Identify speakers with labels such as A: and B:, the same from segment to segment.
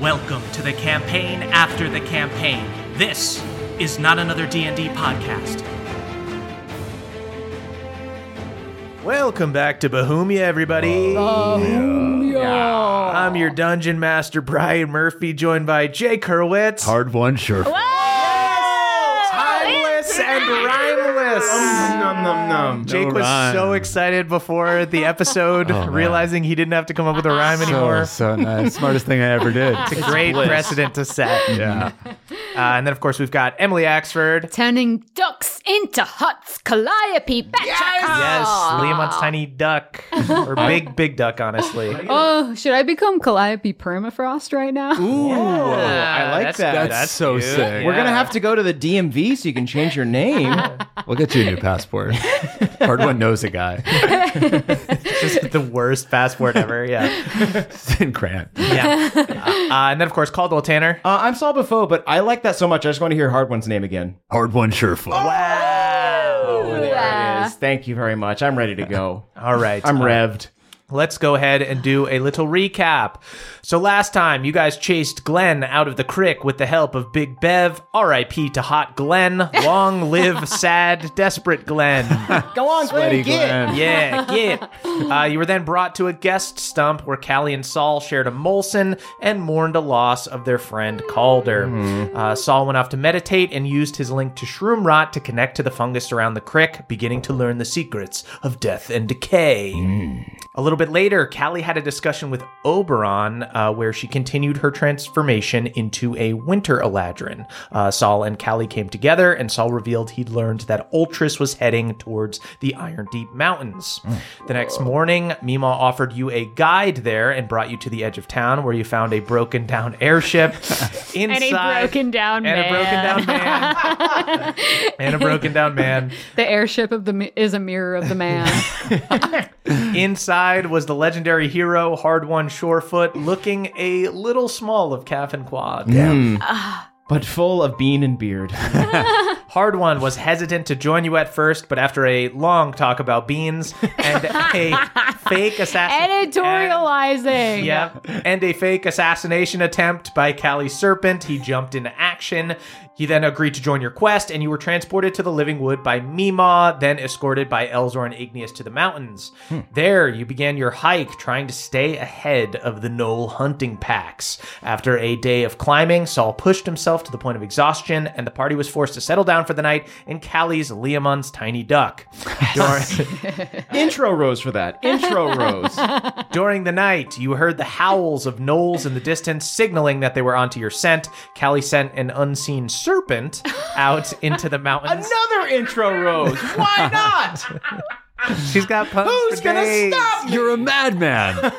A: Welcome to the campaign after the campaign. This is not another D&D podcast.
B: Welcome back to Bohemia, everybody. I'm your dungeon master, Brian Murphy, joined by Jake Hurwitz.
C: Hard one, sure.
B: Timeless and rhymeless. Jake was
C: rhyme. Oh,
B: so excited before the episode, realizing he didn't have to come up with a rhyme
C: So,
B: anymore.
C: so nice. Smartest thing I ever did.
B: It's a great precedent to set.
C: Yeah.
B: Uh, and then, of course, we've got Emily Axford.
D: Turning ducks into huts, Calliope, betcha.
B: Yes, Liam's tiny duck, or big, big duck, honestly.
D: Oh, should I become Calliope Permafrost right now?
E: Ooh, I like that.
C: That's, so sick.
E: We're going to have to go to the DMV so you can change your name. Uh,
C: We'll get you a new passport. Hard one knows a guy.
B: Just the worst passport ever. Yeah.
C: It's in Grant.
B: Yeah. Uh, and then, of course, Caldwell Tanner.
E: Uh, I'm Saul Buffo, but I like that so much. I just want to hear Hard One's name again.
C: Hard one, sure. Fly.
B: Oh,
E: There it is. Thank you very much. I'm ready to go.
B: All right. Uh,
E: I'm revved.
B: Let's go ahead and do a little recap. So last time you guys chased Glenn out of the crick with the help of Big Bev. R.I.P. to Hot Glenn. Long live sad, desperate Glenn.
E: Go on,
C: Buddy Glenn.
B: Yeah, get. Uh, you were then brought to a guest stump where Callie and Saul shared a Molson and mourned a loss of their friend Calder. Uh, Saul went off to meditate and used his link to shroom rot to connect to the fungus around the crick, beginning to learn the secrets of death and decay. A little bit later, Callie had a discussion with Oberon uh, where she continued her transformation into a winter Eladrin. Uh, Saul and Callie came together, and Saul revealed he'd learned that Ultras was heading towards the Iron Deep Mountains. The next morning, Mima offered you a guide there and brought you to the edge of town where you found a broken down airship.
D: And a
B: Inside.
D: broken down
B: and
D: man.
B: a broken down man. and a broken down man.
D: the airship of the mi- is a mirror of the man.
B: Inside was the legendary hero, Hard One Shorefoot, looking a little small of calf and quad.
E: But full of bean and beard.
B: Hard One was hesitant to join you at first, but after a long talk about beans and a fake assassin.
D: Editorializing.
B: Yeah, and a fake assassination attempt by Cali Serpent. He jumped into action. He then agreed to join your quest, and you were transported to the Living Wood by Mima, then escorted by Elzor and Igneous to the mountains. There, you began your hike, trying to stay ahead of the Knoll hunting packs. After a day of climbing, Saul pushed himself to the point of exhaustion, and the party was forced to settle down for the night in Callie's Liamon's tiny duck. During-
E: Intro rose for that. Intro rose.
B: During the night, you heard the howls of gnolls in the distance, signaling that they were onto your scent. Callie sent an unseen serpent out into the mountains.
E: Another intro rose. Why not?
B: She's got puns
E: Who's
B: for
E: gonna
B: days.
E: stop?
C: You're a madman.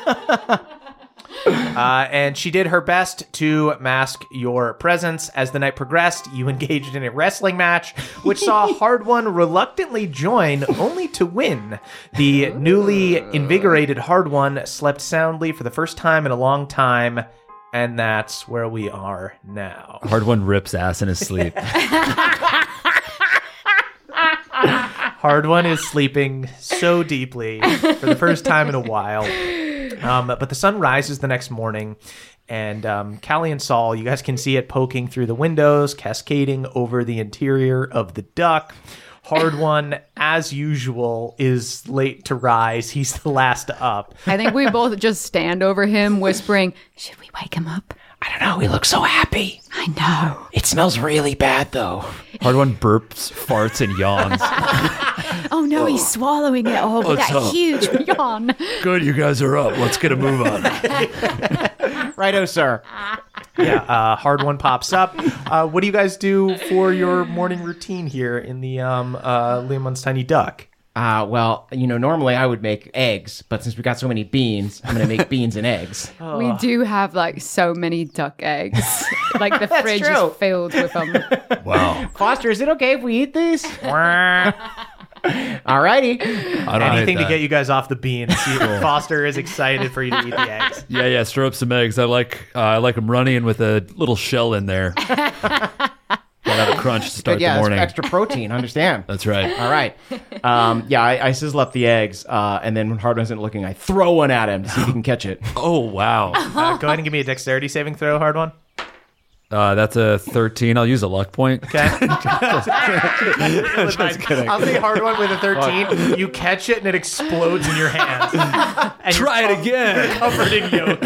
B: Uh, and she did her best to mask your presence. As the night progressed, you engaged in a wrestling match, which saw Hard One reluctantly join, only to win. The newly invigorated Hard One slept soundly for the first time in a long time, and that's where we are now.
C: Hard one rips ass in his sleep.
B: Hard One is sleeping so deeply for the first time in a while. Um, but the sun rises the next morning, and um, Callie and Saul, you guys can see it poking through the windows, cascading over the interior of the duck. Hard One, as usual, is late to rise. He's the last up.
F: I think we both just stand over him, whispering, Should we wake him up?
E: I don't know. He looks so happy.
F: I know.
E: It smells really bad, though.
C: Hard one burps, farts, and yawns.
F: Oh no, he's swallowing it all with that
C: up?
F: huge yawn.
C: Good, you guys are up. Let's get a move on.
G: Righto, sir.
B: Yeah, uh, Hard One pops up. Uh, what do you guys do for your morning routine here in the um, uh, Leomon's Tiny Duck?
E: Uh, well, you know, normally I would make eggs, but since we got so many beans, I'm going to make beans and eggs.
F: We do have like so many duck eggs. like the fridge
E: true.
F: is filled with them.
C: Wow.
E: Foster, is it okay if we eat these? Alrighty.
C: I don't
B: Anything
C: hate
B: to
C: that.
B: get you guys off the beans. See, Foster is excited for you to eat the eggs.
C: Yeah, yeah. Stir up some eggs. I like. Uh, I like them runny and with a little shell in there. Gotta have a crunch to start
E: yeah,
C: the
E: it's
C: morning.
E: extra protein. Understand? Uh,
C: That's right.
E: All right. Um, yeah, I, I sizzle up the eggs, uh, and then when Hard isn't looking, I throw one at him to see if he can catch it.
C: Oh wow.
B: Uh, go ahead and give me a dexterity saving throw, hard one.
C: Uh, that's a thirteen. I'll use a luck point.
B: Okay. I'll say hard one with a 13. You catch it and it explodes in your hands. And you're
C: Try it again.
B: covered in yolk.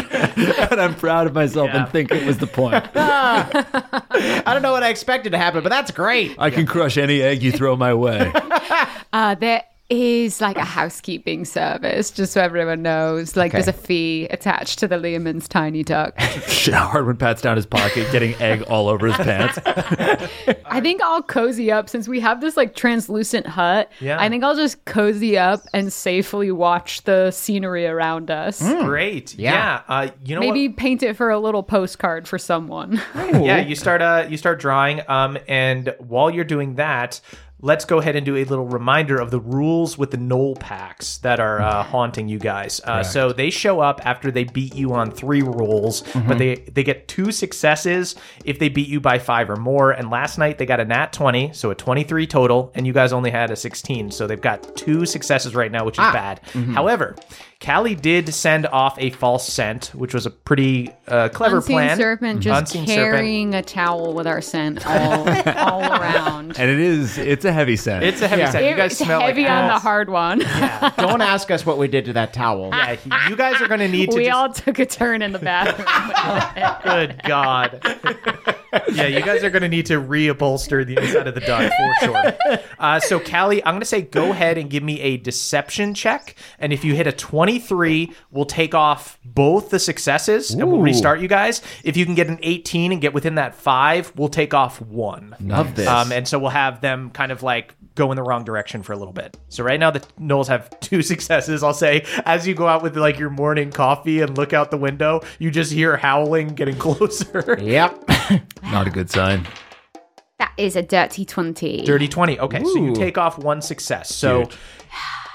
C: and I'm proud of myself
B: Yeah.
C: and think it was the point.
E: I don't know what I expected to happen, but that's great.
C: I can crush any egg you throw my way.
F: Uh, there is like a housekeeping service, just so everyone knows. Like there's a fee attached to the Lehman's tiny duck.
C: Shit, Hardwin pats down his pocket, getting egg all over his pants.
F: I think I'll cozy up since we have this like translucent hut.
B: Yeah.
F: I think I'll just cozy up and safely watch the scenery around us.
B: Mm, Great. Yeah.
E: Yeah.
B: Uh, you know
F: Maybe paint it for a little postcard for someone.
B: what? Yeah, you start uh you start drawing. Um and while you're doing that, let's go ahead and do a little reminder of the rules with the knoll packs that are uh, haunting you guys. Uh, so they show up after they beat you on three rolls, but they they get two successes if they beat you by five or more. And last night they got a nat twenty, so a twenty three total, and you guys only had a sixteen, so they've got two successes right now, which is bad. However. Callie did send off a false scent, which was a pretty uh, clever
F: Unseen
B: plan.
F: serpent just
B: Unseen serpent.
F: carrying a towel with our scent all, all around.
C: And it is, it's a heavy scent.
B: It's a heavy
E: Yeah.
B: set. You guys
F: it's
B: smell
F: heavy
B: like
F: on the
B: ass.
F: hard one.
E: Don't ask us what we did to that towel.
B: Yeah, you guys are going to need to.
F: we
B: just,
F: all took a turn in the bathroom.
B: good God. yeah, you guys are going to need to reupholster the inside of the duck for sure. Uh, so, Callie, I'm going to say go ahead and give me a deception check, and if you hit a 23, we'll take off both the successes and we'll
E: Ooh.
B: restart you guys. If you can get an 18 and get within that five, we'll take off one.
E: Love this.
B: Um, and so we'll have them kind of like go in the wrong direction for a little bit. So right now the Knowles have two successes. I'll say as you go out with like your morning coffee and look out the window, you just hear howling getting closer.
E: yep.
C: not a good sign.
F: that is a dirty 20.
B: Dirty 20. Okay, so you
E: Ooh.
B: take off one success. So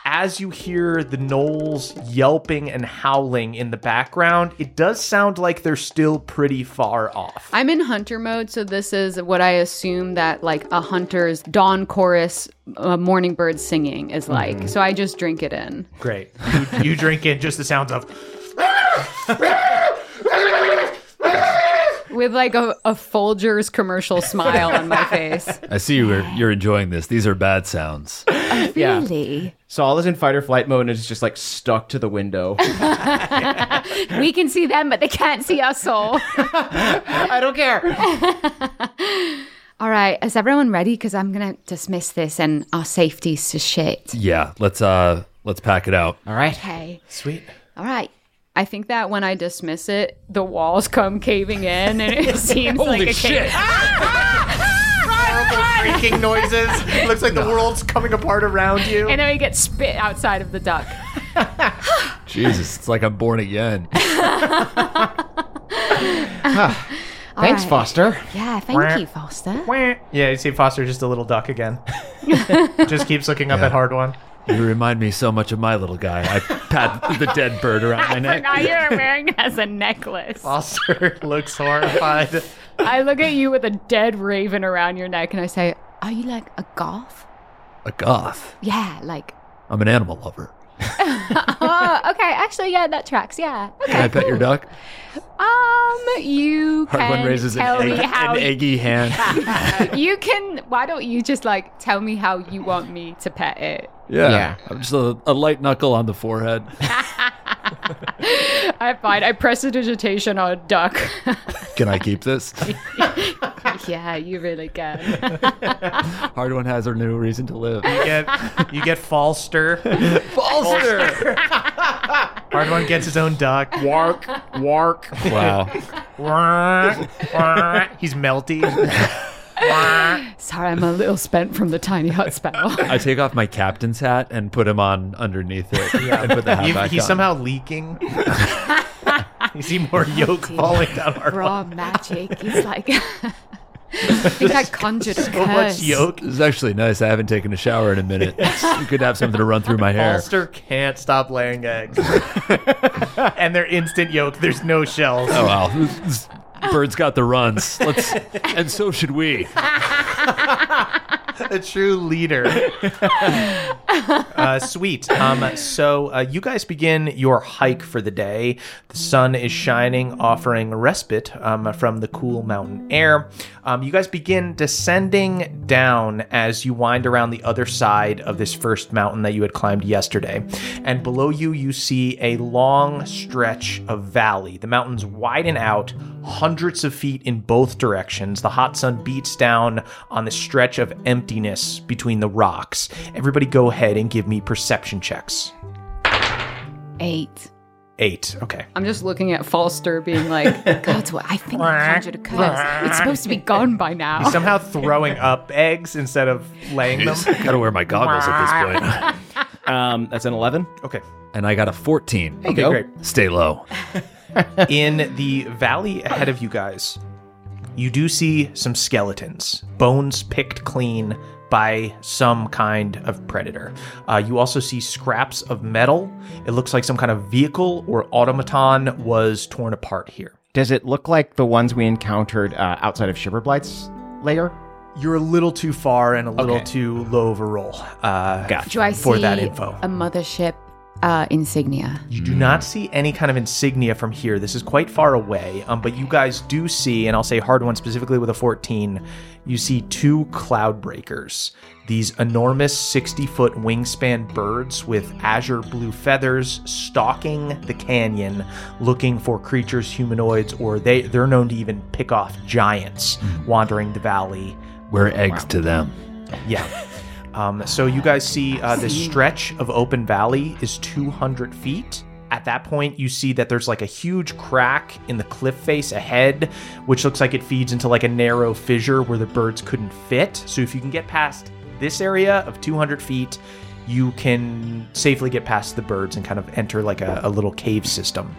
B: as you hear the Knowles yelping and howling in the background, it does sound like they're still pretty far off.
F: I'm in hunter mode, so this is what I assume that like a hunter's dawn chorus, uh, morning bird singing is
B: Mm-hmm.
F: like. So I just drink it in.
B: Great. You, you drink in just the sounds of
F: with like a, a Folgers commercial smile on my face.
C: I see you're, you're enjoying this. These are bad sounds.
E: Yeah.
F: Really?
E: Saul is in fight or flight mode and is just like stuck to the window.
F: We can see them, but they can't see our soul.
E: I don't care.
F: All right, is everyone ready? Because I'm gonna dismiss this, and our safety's to shit.
C: Yeah, let's, uh, let's pack it out.
E: All right.
F: Okay.
B: sweet.
F: All right. I think that when I dismiss it, the walls come caving in, and it seems like a cave. Ah,
B: creaking noises. Looks like the world's coming apart around you.
F: And then we get spit outside of the duck.
C: Jesus, it's like I'm born again.
H: Thanks,
D: right.
H: Foster.
D: Yeah, thank you, Foster.
B: Yeah, you see Foster just a little duck again. just keeps looking up at Hard One.
C: You remind me so much of my little guy. I pat the dead bird around my neck.
I: Now you're wearing it as a necklace.
B: Foster looks horrified.
I: I look at you with a dead raven around your neck.
D: Can I say, are you like a goth?
C: A goth.
D: Yeah, like.
C: I'm an animal lover.
I: Oh,
F: uh,
I: okay. Actually, yeah, that tracks. Yeah.
C: Can I pet your duck?
I: Um, you
C: Hard one
I: can
C: raises an,
I: tell
C: egg-
I: me how
C: an eggy hand.
I: you can. Why don't you just like tell me how you want me to pet it?
C: yeah.
H: Yeah.
C: I'm just a, a light knuckle on the forehead.
I: I find I press the digitation on a duck.
C: Can I keep this?
I: yeah, you really can.
C: Hard one has her new reason to live.
B: You get, you get Falster.
C: Falster.
B: Hard One gets his own duck.
H: Wark, wark.
C: wow.
B: He's melty.
I: Sorry, I'm a little spent from the tiny hut spell.
C: I take off my captain's hat and put him on underneath it. And put the hat
B: You-
C: back
B: he's
C: on.
B: somehow leaking. you see more yolk falling down Hard One.
D: Raw magic. He's like. I think I conjured a
B: So much
D: curse.
B: yolk.
C: This is actually nice. I haven't taken a shower in a minute. You could have something to run through my hair.
B: Falster can't stop laying eggs. and they're instant yolk. There's no shells.
C: Oh wow, This bird's got the runs. Let's, and so should we.
B: a true leader. uh, sweet. Um, so uh, you guys begin your hike for the day. The sun is shining, offering respite um, from the cool mountain air. Um, you guys begin descending down as you wind around the other side of this first mountain that you had climbed yesterday. And below you, you see a long stretch of valley. The mountains widen out hundreds of feet in both directions. The hot sun beats down on the stretch of emptiness between the rocks. Everybody go ahead and give me perception checks.
D: Eight.
B: Eight. Okay.
D: I'm just looking at Foster being like, God, what? I think I conjured a curse. It's supposed to be gone by
F: Oh,
D: now.
B: Somehow throwing up eggs instead of laying them.
C: I gotta wear my goggles at this point.
H: Um, that's an 11.
B: Okay.
C: And I got a 14.
H: Okay,
B: great.
C: Stay low.
B: in the valley ahead of you guys, you do see some skeletons, bones picked clean by some kind of predator. Uh, you also see scraps of metal. It looks like some kind of vehicle or automaton was torn apart here.
H: Does it look like the ones we encountered uh, outside of Shiverbright's lair?
B: You're a little too far and a little
H: Okay.
B: too low of a roll uh,
D: Do I
B: for
D: see
B: that info.
D: a mothership uh, insignia?
B: You do not see any kind of insignia from here. This is quite far away. Um, but you guys do see, and I'll say hard one specifically with a 14, you see two cloud breakers. These enormous 60 foot wingspan birds with azure blue feathers stalking the canyon looking for creatures, humanoids, or they, they're known to even pick off giants wandering the valley.
C: Wear eggs to them.
B: Yeah. Um, so you guys see uh, this stretch of open valley is 200 feet. At that point, you see that there's like a huge crack in the cliff face ahead, which looks like it feeds into like a narrow fissure where the birds couldn't fit. So if you can get past this area of 200 feet, you can safely get past the birds and kind of enter like a, a little cave system.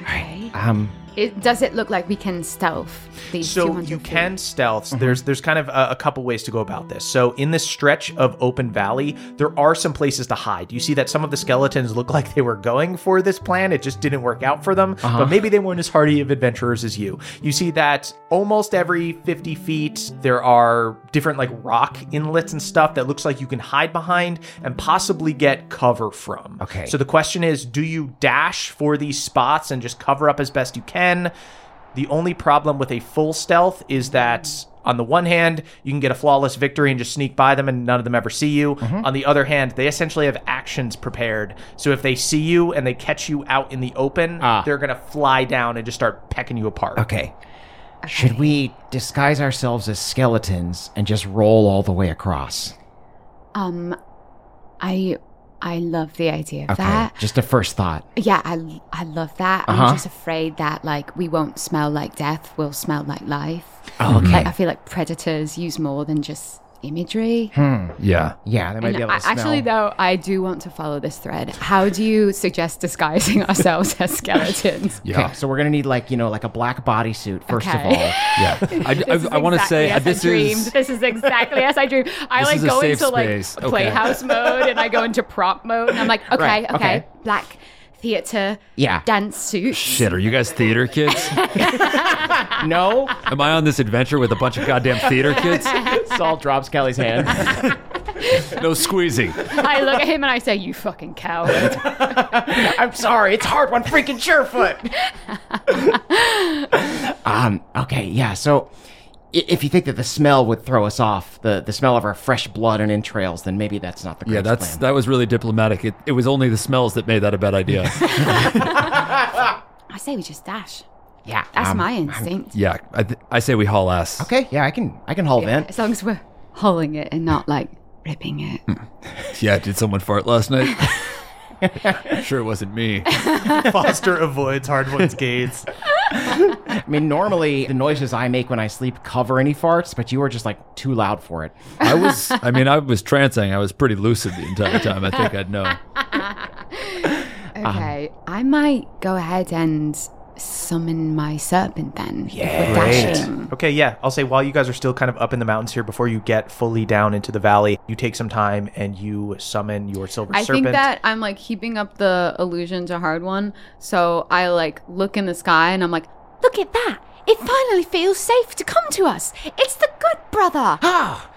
D: Okay.
H: Um,
D: It, does it look like we can stealth these
B: so
D: 200
B: you
D: feet?
B: can stealth there's there's kind of a, a couple ways to go about this so in this stretch of open valley there are some places to hide you see that some of the skeletons look like they were going for this plan it just didn't work out for them but maybe they weren't as hardy of adventurers as you you see that almost every 50 feet there are different like rock inlets and stuff that looks like you can hide behind and possibly get cover from
H: Okay.
B: so the question is do you dash for these spots and just cover up as best you can the only problem with a full stealth is that on the one hand, you can get a flawless victory and just sneak by them and none of them ever see you.
H: Mm-hmm.
B: On the other hand, they essentially have actions prepared. So if they see you and they catch you out in the open,
H: Ah.
B: they're going to fly down and just start pecking you apart.
H: okay. Should we disguise ourselves as skeletons and just roll all the way across?
D: Um, I I love the idea of
H: Okay.
D: that.
H: Just a first thought.
D: Yeah, I, I love that.
H: Uh-huh.
D: I'm just afraid that like we won't smell like death, we'll smell like life.
H: Oh,
D: Like I feel like predators use more than just imagery.
H: Hmm,
C: Yeah.
H: Yeah, they might
D: And
H: be able
D: I-
H: to smell.
D: actually, though, I do want to follow this thread. How do you suggest disguising ourselves as skeletons?
C: Yeah.
H: Okay, so we're gonna need like you know like a black bodysuit first of
D: Okay.
H: all.
C: Yeah. I, I, I want to say uh,
I: as
C: this
I: I dreamed.
C: is.
I: This is exactly as I dreamed. I
C: This
I: like
C: is a
I: go
C: safe
I: into
C: space. Okay.
I: like playhouse mode and I go into prop mode and I'm like, okay,
H: Right,
I: okay,
H: okay.
I: black theater,
H: Yeah.
I: dance suit.
C: Shit, are you guys theater kids?
H: No,
C: Am I on this adventure with a bunch of goddamn theater kids?
H: Salt drops Kelly's hand.
C: No squeezing.
I: I look at him and I say, you fucking coward.
H: I'm sorry, it's hard on freaking Surefoot. um. Okay. Yeah. So, i- if you think that the smell would throw us off, the the smell of our fresh blood and entrails, then maybe that's not the
C: Yeah,
H: greatest
C: that's
H: plan.
C: that was really diplomatic. It, it was only the smells that made that a bad idea.
D: I say we just dash.
H: yeah.
D: That's
H: um,
D: my instinct.
C: yeah, I, th- I say we haul ass.
H: Okay. Yeah, I can I can haul vent.
D: As long as we're hauling it and not like ripping it.
C: Hmm. Yeah, did someone fart last night? sure, it wasn't me.
B: Foster avoids Hardwood's gaze.
H: I mean, normally the noises I make when I sleep cover any farts, but you were just like too loud for it.
C: I was. I mean, I was trancing. I was pretty lucid the entire time. I think I'd know.
D: Okay, I might go ahead and summon my serpent then. Yeah, we're dashing.
B: Okay, yeah. I'll say while you guys are still kind of up in the mountains here, before you get fully down into the valley, you take some time and you summon your silver
D: I
B: serpent.
D: think that I'm like keeping up the illusion to hard one. So I like look in the sky and I'm like,
F: Look at that! It finally feels safe to come to us! It's the good brother!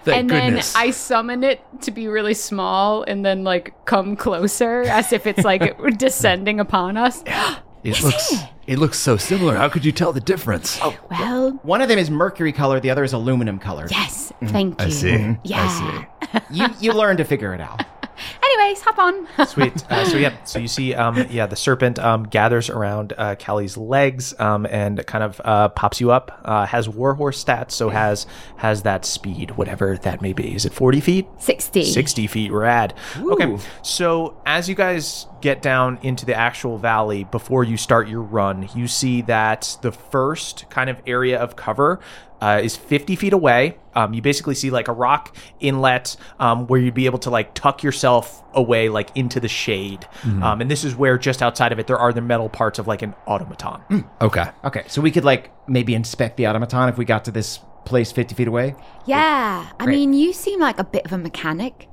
C: Thank
D: and
C: goodness.
D: then I summon it to be really small and then like come closer as if it's like descending upon us.
C: it looks. It looks so similar. How could you tell the difference? Oh,
D: Well,
H: One of them is mercury colored, the other is aluminum colored.
D: yes, thank
C: Mm,
D: you.
C: I see.
D: Yeah.
H: You you learn to figure it out.
D: Anyways, hop on.
B: Sweet. Uh, so yeah, so you see, um, yeah, the serpent um, gathers around uh, Callie's legs um, and kind of uh, pops you up. Uh, has warhorse stats, so has has that speed, whatever that may be. Is it forty feet?
D: 60.
B: 60 feet rad okay so as you guys get down into the actual valley before you start your run you see that the first kind of area of cover uh, is 50 feet away um, you basically see like a rock inlet um, where you'd be able to like tuck yourself away like into the shade um, and this is where just outside of it there are the metal parts of like an automaton
C: Okay.
H: Okay, so we could like maybe inspect the automaton if we got to this place 50 feet away.
F: Yeah, I mean, you seem like a bit of a mechanic.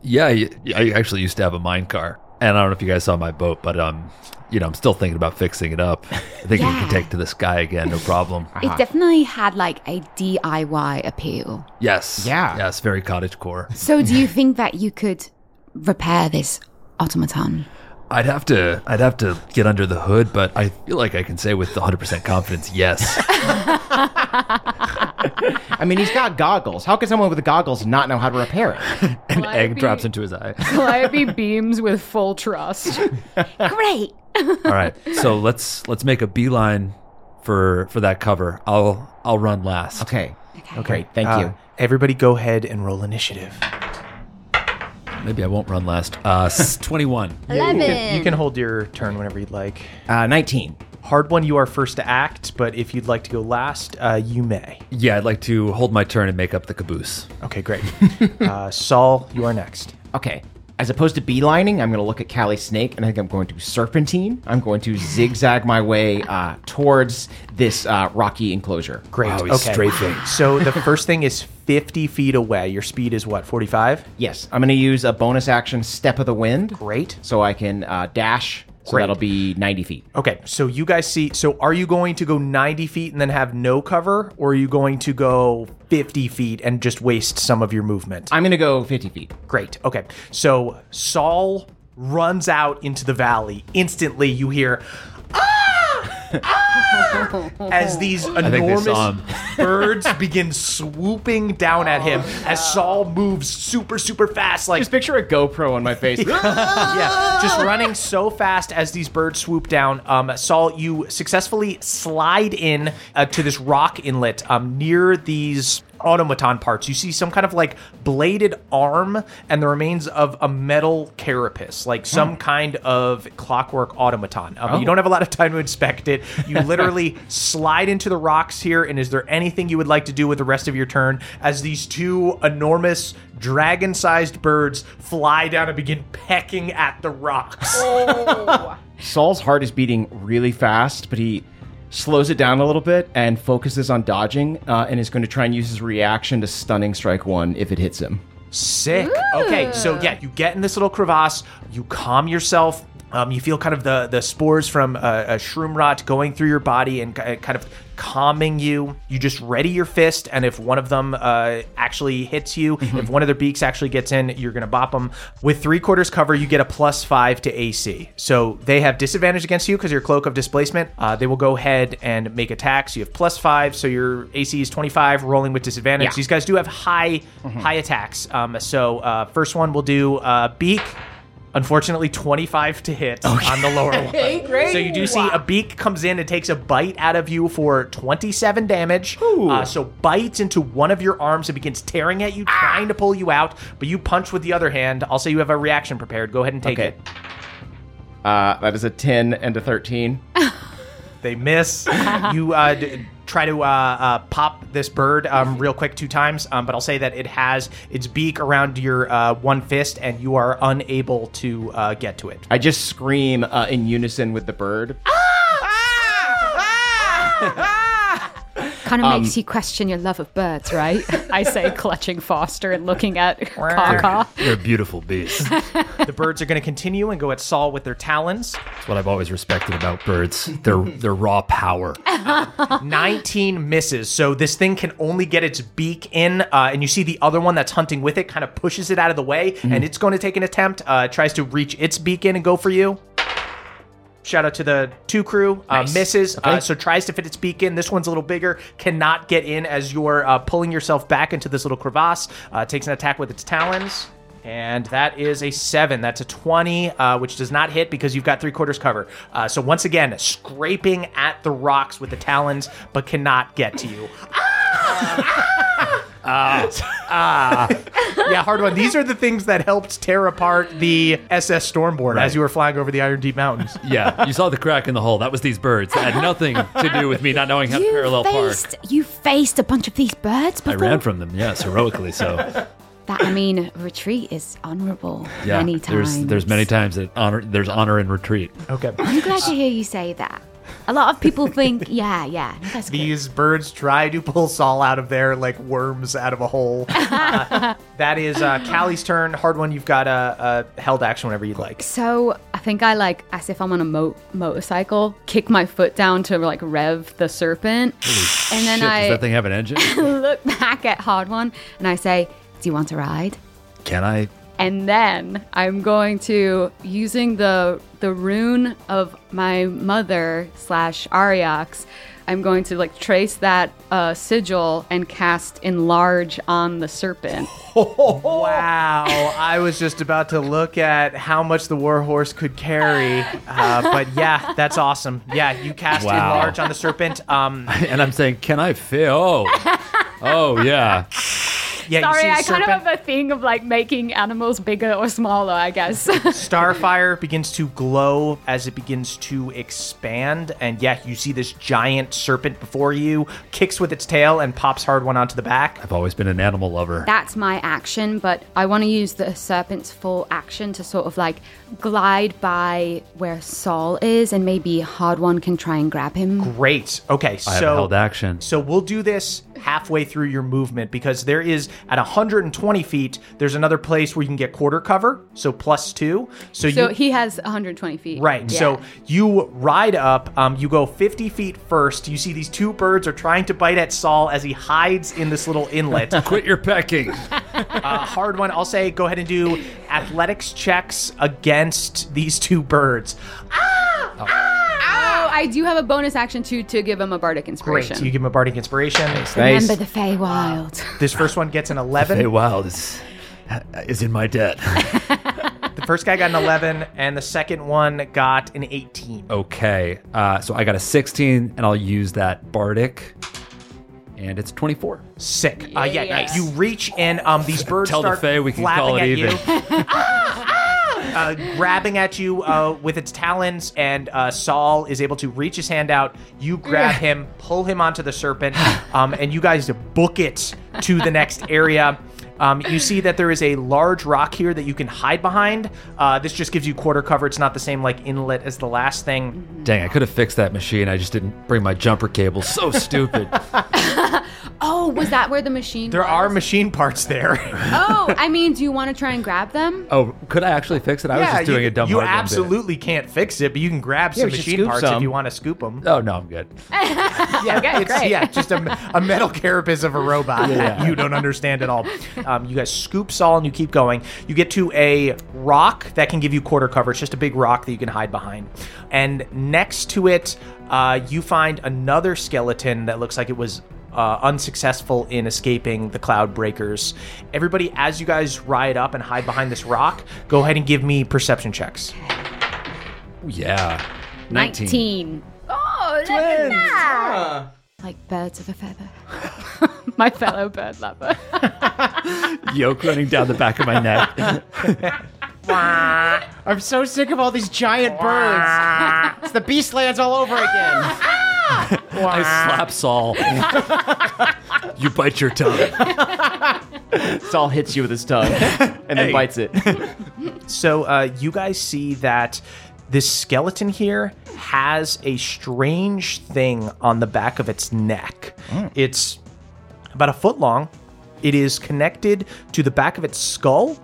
C: Yeah, y- I actually used to have a mine car, and I don't know if you guys saw my boat, but um, you know, I'm still thinking about fixing it up. I think we
F: Yeah.
C: can take to the sky again, no problem.
F: It definitely had like a DIY appeal.
C: yes.
H: Yeah.
C: Yes. Very cottage core.
F: So, do you think that you could repair this automaton?
C: I'd have to. I'd have to get under the hood, but I feel like I can say with 100 percent confidence, yes.
H: I mean, he's got goggles. How could someone with goggles not know how to repair it?
C: An
D: Well, it'd
C: egg
D: be-
C: drops into his eye.
D: Calliope beams with full trust.
F: Great!
C: All right, so let's let's make a beeline for for that cover. I'll I'll run last.
H: Okay.
F: Okay.
H: Great. Thank
B: Uh,
H: you.
B: everybody go ahead and roll initiative
C: Maybe I won't run last. Uh, s- 21.
F: 11.
B: you can hold your turn whenever you'd like
H: Uh, 19.
B: Hard one, you are first to act, but if you'd like to go last, uh, you may.
C: Yeah, I'd like to hold my turn and make up the caboose.
B: Okay, great. uh, Saul, you are next.
H: Okay. As opposed to beelining, I'm going to look at Cali Snake and I think I'm going to serpentine. I'm going to zigzag my way uh, towards this uh, rocky enclosure.
B: Great.
C: Wow, he's
B: okay.
C: strafing.
B: So the first thing is 50 feet away. Your speed is what, 45?
H: Yes, I'm going to use a bonus action Step of the Wind.
B: Great.
H: So I can uh, dash. So
B: Great.
H: that'll be 90 feet.
B: Okay, so you guys see. So are you going to go 90 feet and then have no cover, or are you going to go 50 feet and just waste some of your movement?
H: I'm going to go 50 feet.
B: Great. Okay. So Saul runs out into the valley. Instantly, you hear. "Ah! Ah!" As these
C: think they
B: enormous
C: saw him.
B: birds begin swooping down at him, as Saul moves super, super fast, like
H: Just picture a GoPro on my face.
B: yeah, just running so fast as these birds swoop down. Um, Saul, you successfully slide in uh, to this rock inlet um, near these automaton parts. You see some kind of like bladed arm and the remains of a metal carapace, like some kind of clockwork automaton. Um, You don't have a lot of time to inspect it. You literally slide into the rocks here. And is there anything you would like to do with the rest of your turn as these two enormous dragon sized birds fly down and begin pecking at the rocks?
H: Saul's heart is beating really fast, but he slows it down a little bit and focuses on dodging uh, and is going to try and use his reaction to stunning strike one if it hits him.
B: Sick. Okay, so yeah, you get in this little crevasse, you calm yourself. Um, you feel kind of the, the spores from uh, a shroom rot going through your body and ki- uh, kind of calming you. You just ready your fist, and if one of them uh, actually hits you, if one of their beaks actually gets in, you're going to bop them. With three quarters cover, you get a plus five to AC. So they have disadvantage against you because your cloak of displacement. Uh, they will go ahead and make attacks. You have plus five, so your AC is 25, rolling with disadvantage. These guys do have high high attacks. Um, so uh, first one will do uh, beak. Unfortunately, 25 to hit on the lower one.
F: great.
B: So you do see a beak comes in and takes a bite out of you for 27 damage. Uh, so bites into one of your arms and begins tearing at you, trying to pull you out, but you punch with the other hand. I'll say you have a reaction prepared. Go ahead and take
H: Okay.
B: it.
H: Uh, that is a 10 and a 13.
B: They miss. you uh, d- try to uh, uh, pop this bird um, real quick two times, um, but I'll say that it has its beak around your uh, one fist, and you are unable to uh, get to it.
H: I just scream uh, in unison with the bird.
D: Kind
C: Um,
D: of makes you question your love of birds, right? I say, clutching Foster and looking at Kaka.
C: You're a beautiful beast. That's
B: the birds are going to continue and go at Saul with their talons.
C: what I've always respected about birds. Their their raw power.
B: 19 misses. So this thing can only get its beak in, uh, and you see the other one that's hunting with it kind of pushes it out of the way, and it's going to take an attempt. Uh, it tries to reach its beak in and go for you. Shout out to the two crew. Uh, Misses. Uh, so tries to fit its beak in. This one's a little bigger. Cannot get in as you're uh, pulling yourself back into this little crevasse. Uh, takes an attack with its talons. And that is a seven. That's a 20, uh, which does not hit because you've got three quarters cover. Uh, so once again, scraping at the rocks with the talons, but cannot get to you. Ah! yeah, hard one. These are the things that helped tear apart the SS Stormborn as you were flying over the Iron Deep Mountains.
C: Yeah, you saw the crack in the hull. That was these birds. It had nothing to do with me not knowing how to
F: You
C: parallel park.
F: faced, you faced a bunch of these birds
C: I
F: before.
C: ran from them, yes, heroically. So
F: That I mean, retreat is honourable.
C: yeah,
F: many times.
C: there's there's many times that honor there's honor in retreat.
B: Okay.
F: I'm glad to hear you say that. A lot of people think, yeah, yeah, no, that's good.
B: These birds try to pull Saul out of there like worms out of a hole. Uh, that is uh, Callie's turn. Hard one. You've got a, a held action whenever you'd like.
D: So I think I like, as if I'm on a mo- motorcycle, kick my foot down to like rev the serpent, and then
C: Shit,
D: I
C: does that thing have an engine?
D: look back at Hard One and I say, "Do you want a ride?"
C: Can I?
D: And then I'm going to using the the rune of my mother slash Ariox. I'm going to like trace that uh, sigil and cast enlarge on the serpent.
B: Wow. I was just about to look at how much the warhorse could carry. Uh, but yeah, that's awesome. Yeah, you cast
C: Wow.
B: enlarge on the serpent. Um,
C: And I'm saying, can I fit? Oh, oh
B: yeah,
C: yeah.
B: you see
I: Sorry,
B: the
I: I kind
B: serpent.
I: of have a thing of like making animals bigger or smaller, I guess.
B: Starfire begins to glow as it begins to expand, and yeah, you see this giant serpent before you, kicks with its tail and pops hard one onto the back.
C: I've always been an animal lover.
D: That's my action, but I want to use the serpent's full action to sort of like glide by where Saul is, and maybe Hard One can try and grab him.
B: Great. Okay,
C: I have
B: so
C: held action.
B: So we'll do this halfway through your movement because there is at 120 feet. There's another place where you can get quarter cover, so plus two. So,
D: So
B: you
D: he has 120 feet.
B: Right.
D: Yeah.
B: So you ride up. Um, you go 50 feet first. You see these two birds are trying to bite at Saul as he hides in this little inlet.
C: Quit your pecking.
B: a hard one. I'll say go ahead and do athletics checks against these two birds.
D: Oh, I do have a bonus action too to give him a bardic
B: Great.
D: inspiration.
B: You give him a bardic inspiration.
F: Remember the Feywild.
B: This first one gets an
C: Hey,
B: 11.
C: Wild is is in my debt.
B: The first guy got an 11, and the second one got an 18.
C: Oh. Okay, uh, so I got a 16, and I'll use that bardic. and it's 24.
B: Sick. Yeah, uh, yeah, yeah.
I: Yes.
B: You reach in. Um, these birds
C: Tell the
B: start
C: Fae we can
B: flapping
C: call it
B: at
C: even.
B: you. uh, grabbing at you uh, with its talons, and uh, Saul is able to reach his hand out. You grab him, pull him onto the serpent, um, and you guys book it to the next area. Um, you see that there is a large rock here that you can hide behind. Uh, this just gives you quarter cover. It's not the same like inlet as the last thing.
C: Dang, I could have fixed that machine. I just didn't bring my jumper cable. So stupid.
D: Oh, was that where the machine?
B: There
D: was?
B: are machine parts there.
D: Oh, I mean, do you want to try and grab them?
C: oh, could I actually fix it? I was just doing
B: you,
C: a dumb
B: You
C: hard one bit.
B: absolutely can't fix it, but you can grab some
H: we should
B: machine
H: scoop
B: parts if
H: some.
B: you want to scoop them.
C: Oh, no, I'm good.
B: yeah, it's, yeah, just a, a metal carapace of a robot that you don't understand at all. Um, you guys scoop Saul and you keep going. You get to a rock that can give you quarter cover. It's just a big rock that you can hide behind. And next to it, uh, you find another skeleton that looks like it was. Uh, unsuccessful in escaping the cloud breakers. Everybody, as you guys ride up and hide behind this rock, go ahead and give me perception checks.
C: Yeah. 19.
D: 19.
I: Oh, look at that.
D: Like birds of a feather. My fellow bird lover.
C: Yoke running down the back of my neck.
H: I'm so sick of all these giant birds. it's the Beastlands all over again.
C: I slap Saul. you bite your tongue.
H: Saul hits you with his tongue and then bites it.
B: So uh, you guys see that this skeleton here has a strange thing on the back of its neck. It's about a foot long. It is connected to the back of its skull,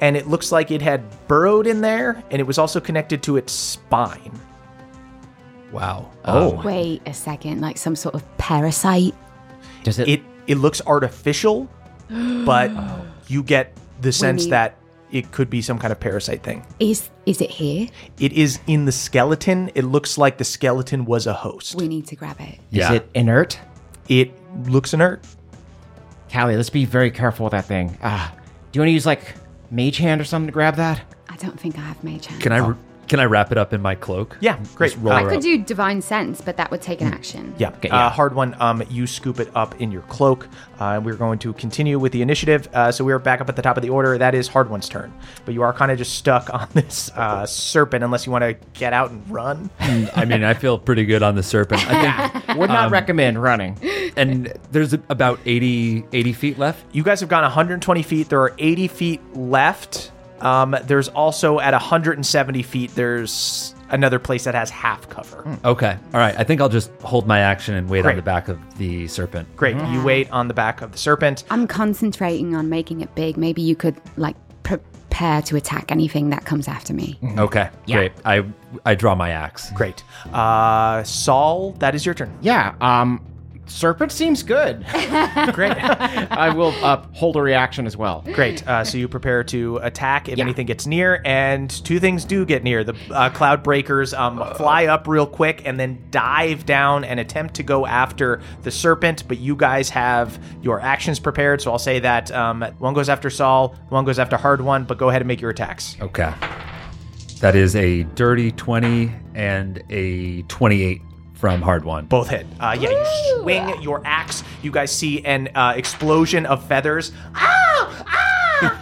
B: and it looks like it had burrowed in there, and it was also connected to its spine.
C: Wow.
F: Oh,
C: Um,
F: Wait a second, like some sort of parasite.
H: Does
B: It it looks artificial, but you get the sense
F: need-
B: that it could be some kind of parasite thing.
F: Is is it here?
B: It is in the skeleton. It looks like the skeleton was a host.
F: We need to grab it.
C: yeah.
H: Is it inert?
B: It looks inert.
H: Callie, let's be very careful with that thing. Ah, do you want to use like mage hand or something to grab that?
F: I don't think I have mage hand.
C: Can I can I wrap it up in my cloak?
B: Yeah, great.
C: Just roll
F: Uh,
B: I
C: her
D: I could
C: up.
D: do divine sense, but that would take an action.
B: Yeah,
H: yeah.
B: Uh, hard one. Um, you scoop it up in your cloak. Uh, we're going to continue with the initiative. Uh, so we are back up at the top of the order. That is hard one's turn, but you are kind of just stuck on this uh, serpent unless you want to get out and run.
C: I mean, I feel pretty good on the serpent. I think
H: Would not recommend running.
C: and there's about 80, 80 feet left.
B: You guys have gone 120 feet. There are 80 feet left. Um, there's also at 170 feet. There's another place that has half cover.
C: Okay. All right. I think I'll just hold my action and wait
B: Great.
C: on the back of the serpent.
B: Great. You wait on the back of the serpent.
F: I'm concentrating on making it big. Maybe you could like prepare to attack anything that comes after me.
C: Okay. Great. I I draw my axe.
B: Great. Uh, Saul, that is your turn.
H: Yeah, um, serpent seems good.
B: Great.
H: I will uh, hold a reaction as well.
B: Great. Uh, so you prepare to attack if anything gets near, and two things do get near. The uh, cloud breakers um, fly up real quick and then dive down and attempt to go after the serpent. But you guys have your actions prepared, so I'll say that um, one goes after Saul, one goes after Hard One. But go ahead and make your attacks.
C: Okay. That is a dirty 20 and a 28 from hard one.
B: Both hit. Uh, yeah, you swing your axe. You guys see an uh, explosion of feathers.
H: For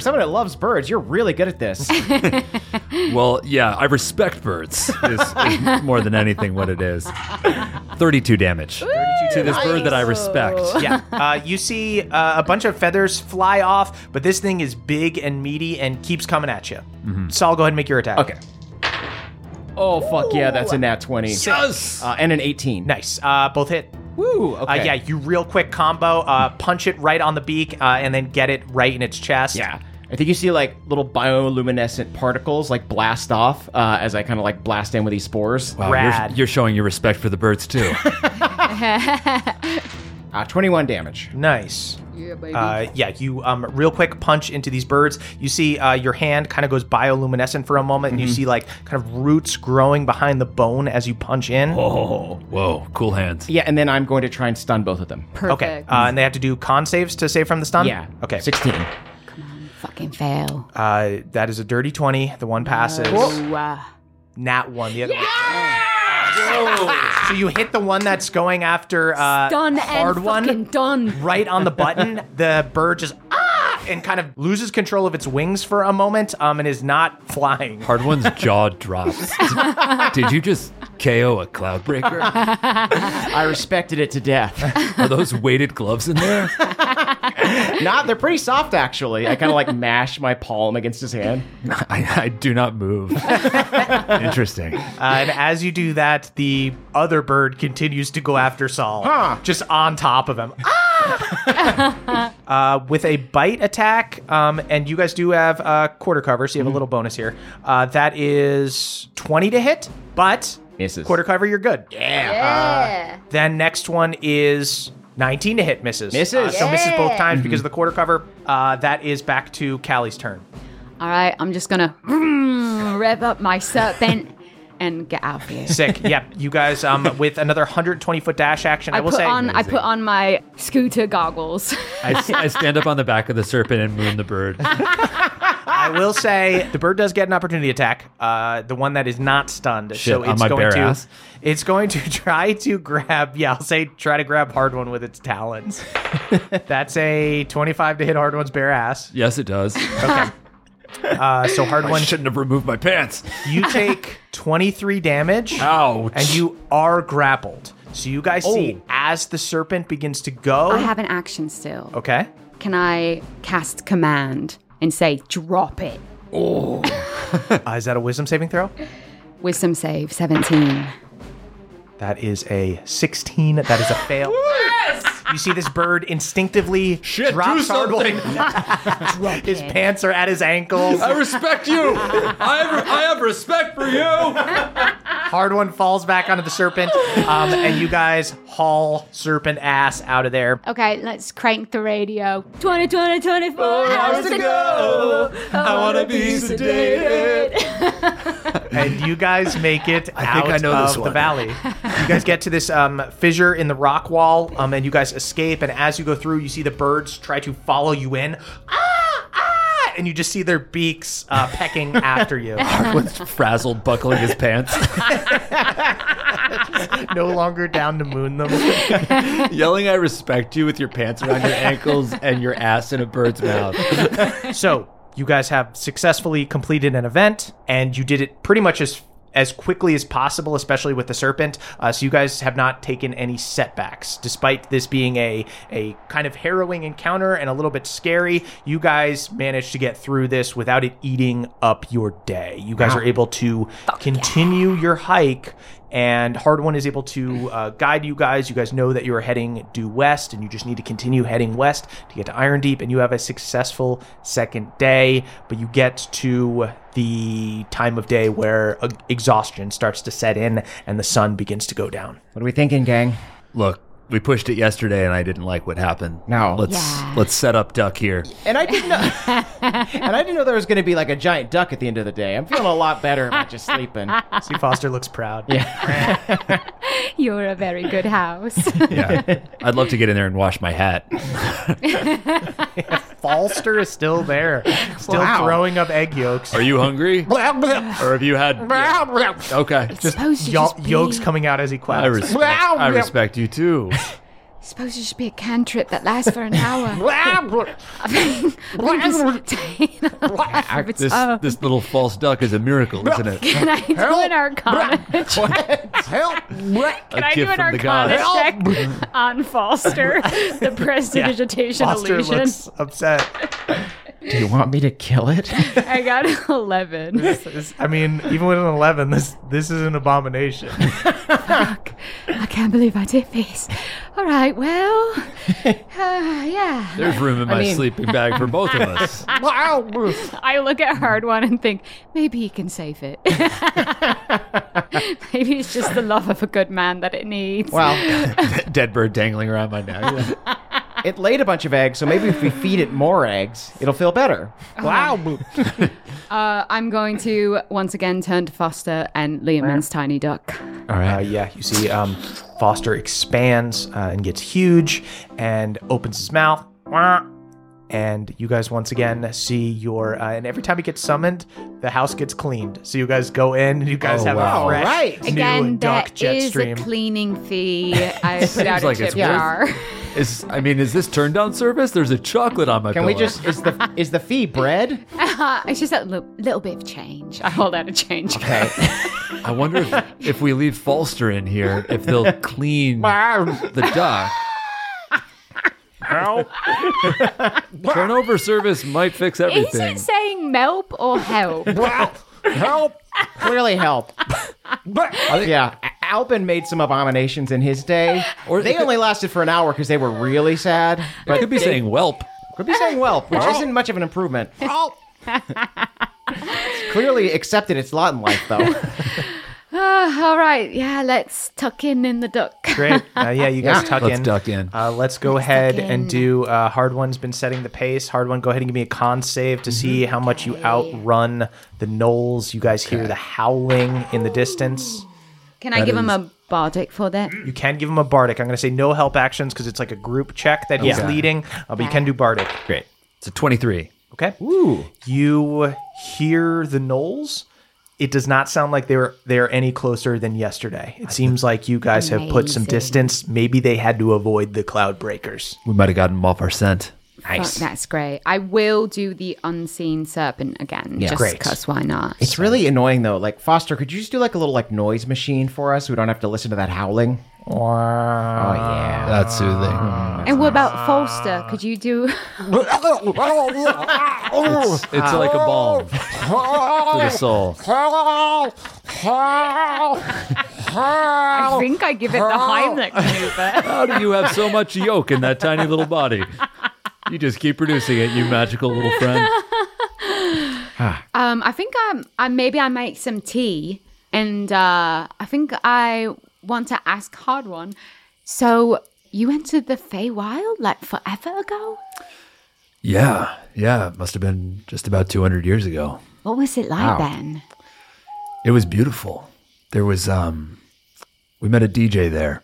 H: someone that loves birds, you're really good at this.
C: Well, yeah, I respect birds is, is more than anything what it is. 32 damage to this bird that I respect.
B: yeah. Uh, you see uh, a bunch of feathers fly off, but this thing is big and meaty and keeps coming at you. Saul, go ahead and make your attack.
H: Mm-hmm. Okay. Oh fuck yeah, that's a nat twenty.
C: Yes!
H: Uh, and an eighteen.
B: Nice. Uh, both hit.
H: Woo.
B: Uh,
H: Okay.
B: Yeah, you real quick combo, uh, punch it right on the beak, uh, and then get it right in its chest.
H: Yeah. I think you see like little bioluminescent particles like blast off uh, as I kind of like blast in with these spores.
C: Wow, you're,
B: Rad.
C: you're showing your respect for the birds too.
H: Uh, Twenty-one damage.
B: Nice.
D: Yeah, baby.
B: Uh, yeah, you um, real quick punch into these birds. You see uh, your hand kind of goes bioluminescent for a moment,
H: Mm-hmm.
B: and you see like kind of roots growing behind the bone as you punch in.
H: Oh.
C: Whoa, cool hands.
H: Yeah, and then I'm going to try and stun both of them.
D: Perfect.
B: Okay, uh, and they have to do con saves to save from the stun.
H: Yeah.
B: Okay.
H: Sixteen.
F: Fucking fail.
B: Uh, that is a dirty twenty. The one passes.
F: Ooh, uh,
B: Nat one. The other. So you hit the one that's going after uh,
D: Done
B: hard
D: and
B: one.
D: fucking done.
B: right on the button, the bird just ah and kind of loses control of its wings for a moment um, and is not flying.
C: Hard one's jaw drops. Did you just KO a cloudbreaker?
H: I respected it to death.
C: Are those weighted gloves in there?
H: Not, they're pretty soft actually. I kind of like mash my palm against his hand.
C: I, I do not move. Interesting.
B: Uh, and as you do that, the other bird continues to go after Saul,
H: Huh.
B: just on top of him. Ah! uh, with a bite attack, um, and you guys do have uh, quarter cover, so you have
H: Mm-hmm.
B: a little bonus here. Uh, that is 20 to hit, but
H: Misses. Uh,
B: quarter cover, you're good.
I: Yeah.
B: Then next one is 19 to hit misses.
H: Misses. Mm-hmm.
B: Uh, so misses both times because of the quarter cover. Uh, that is back to Callie's turn.
D: All right, I'm just gonna mm, rev up my serpent and get out of here.
B: Sick. yep. You guys um, with another 120 foot dash action. I,
D: I
B: will
D: put
B: say.
D: on I put on my scooter goggles.
C: I, s- I stand up on the back of the serpent and moon the bird.
B: I will say the bird does get an opportunity attack. Uh, the one that is not stunned.
C: Shit,
B: so
C: on
B: it's
C: my
B: going
C: bare
B: to.
C: ass?
B: It's going to try to grab. Yeah, I'll say try to grab hard one with its talons. That's a 25 to hit hard one's bare ass.
C: Yes, it does.
B: Uh, so hard
C: I
B: one.
C: shouldn't have removed my pants.
B: You take 23 damage.
C: Ouch. Oh.
B: and you are grappled. So you guys see as the serpent begins to go.
F: I have an action still.
B: okay.
F: Can I cast command and say drop it?
B: Uh, is that a wisdom saving throw?
F: Wisdom save 17.
B: That is a 16. That is a fail. You see this bird instinctively
C: Shit, do
B: drops
C: something.
B: Hardwin. his pants are at his ankles.
C: I respect you. I have, I have respect for you.
B: Hard one falls back onto the serpent, um, and you guys haul serpent ass out of there.
I: Okay, let's crank the radio.
D: 20, 20, 24 hours to go.
C: I want to be sedated.
B: and you guys make it out
C: think I know
B: of
C: this
B: the
C: one.
B: valley. You guys get to this um, fissure in the rock wall, um, and you guys escape. And as you go through, you see the birds try to follow you in. Ah, ah! And you just see their beaks uh, pecking after you.
C: With frazzled buckling his pants,
B: No longer down to moon them.
C: yelling "I respect you" with your pants around your ankles and your ass in a bird's mouth.
B: So you guys have successfully completed an event, and you did it pretty much as as quickly as possible, especially with the serpent. Uh, so you guys have not taken any setbacks, despite this being a a kind of harrowing encounter and a little bit scary. You guys managed to get through this without it eating up your day. You guys are able to continue your hike. And Hard One is able to uh, guide you guys. You guys know that you're heading due west, and you just need to continue heading west to get to Iron Deep. And you have a successful second day, but you get to the time of day where uh, exhaustion starts to set in and the sun begins to go down.
H: What are we thinking, gang?
C: Look, we pushed it yesterday, and I didn't like what happened.
H: No.
C: let's let's set up duck here.
H: And I didn't know. and I didn't know there was going to be like a giant duck at the end of the day. I'm feeling a lot better about just sleeping.
B: See, Foster looks proud.
I: You're a very good house.
C: Yeah, I'd love to get in there and wash my hat.
B: Falster is still there, still
H: Wow.
B: throwing up egg yolks.
C: Are you hungry? or have you had? Okay.
F: It's supposed to
B: Yo-
F: just be,
B: yolks coming out as he quacks.
C: I respect, I respect you too.
F: it's supposed to just be a cantrip that lasts for an hour. I mean, I'm just taking a life of its
C: This
D: Oh,
F: own.
C: this little false duck is a miracle, isn't it?
I: Can I do an arcana? Can I do
C: gift
I: an
C: from the
I: arcana
C: gods.
I: check on Foster, the prestidigitation
B: Foster
I: illusion?
B: looks upset.
H: Do you want me to kill it?
D: I got an 11.
B: This- I mean, even with an eleven, this this is an abomination.
F: I can't believe I did this. All right, well, uh, yeah.
C: There's room in my sleeping bag for both of us.
D: I look at hard one and think
F: Maybe you can save it.
D: maybe it's just the love of a good man that it needs.
H: Well,
C: Dead bird dangling around my neck.
H: it laid a bunch of eggs, so maybe if we feed it more eggs, it'll feel better. Wow.
D: Uh, I'm going to once again turn to Foster and Liam's tiny duck.
B: Uh, yeah, you see, um, Foster expands uh, and gets huge and opens his mouth. Wah. and you guys once again see your. Uh, and every time he gets summoned, the house gets cleaned. So you guys go in, and you guys
C: Oh,
B: have
C: wow.
B: a fresh,
J: Alright.
B: new
D: Again, there
B: dark jet
D: is
B: stream.
D: a cleaning fee. I put out
C: Seems
D: a
C: like
D: tip
C: it's
D: jar.
C: worth. Is I mean, is this turn down service? There's a chocolate on my.
H: Can we
C: pillow.
H: just is the is the fee bread?
D: Uh, it's just a little, little bit of change.
K: I hold out a change.
H: Okay.
C: I wonder if, if we leave Falster in here, if they'll clean the dock. Turnover service might fix
D: Is
C: everything.
D: it saying melp or help?
H: help! Clearly help. yeah, A- Albin made some abominations in his day.
C: Or
H: they
C: it could-
H: only lasted for an hour because they were really sad. But
C: I could be saying whelp.
H: could be saying whelp, which isn't much of an improvement. it's clearly accepted its lot in life, though.
D: Ah, all right, yeah, let's tuck in in the duck.
B: Great. Uh, yeah, you guys tuck
C: Let's
B: in.
C: duck in.
B: Uh, let's go ahead and
D: in.
B: do. Uh, hard one's been setting the pace. Hard one, go ahead and give me a con save to see how much you outrun the gnolls. You guys hear the howling in the distance.
K: Can
D: I
C: That
D: give him
C: is-
D: a bardic for that.
B: You can give him a bardic. I'm going to say no help actions because it's like a group check that he's
C: Okay.
B: leading, uh, but you can do bardic. Great.
C: It's a 23.
B: Okay. Ooh. You hear the gnolls. It does not sound like they're they're any closer than yesterday. It seems like you guys have put some distance. Maybe they had to avoid the cloud breakers.
C: We might have gotten them off our scent.
D: Nice. that's great. I will do the unseen serpent again, just
B: Great.
D: because why not?
H: It's really annoying though. Like Foster, could you just do like a little like noise machine for us? so We don't have to listen to that howling. Oh yeah.
C: That's soothing.
D: and what about Falster? Could you do?
H: Oh.
C: It's, it's like a balm to the soul.
K: I think I give it the Heimlich maneuver.
C: How do you have so much yolk in that tiny little body? You just keep producing it, you magical little friend.
D: Um, I think I'm. I maybe I make some tea, and uh, I think I want to ask Hard One. So you entered the Feywild like forever ago.
C: Yeah, yeah. It must have been just about 200 years ago.
D: What was it like then?
C: It was beautiful. There was um we met a DJ there.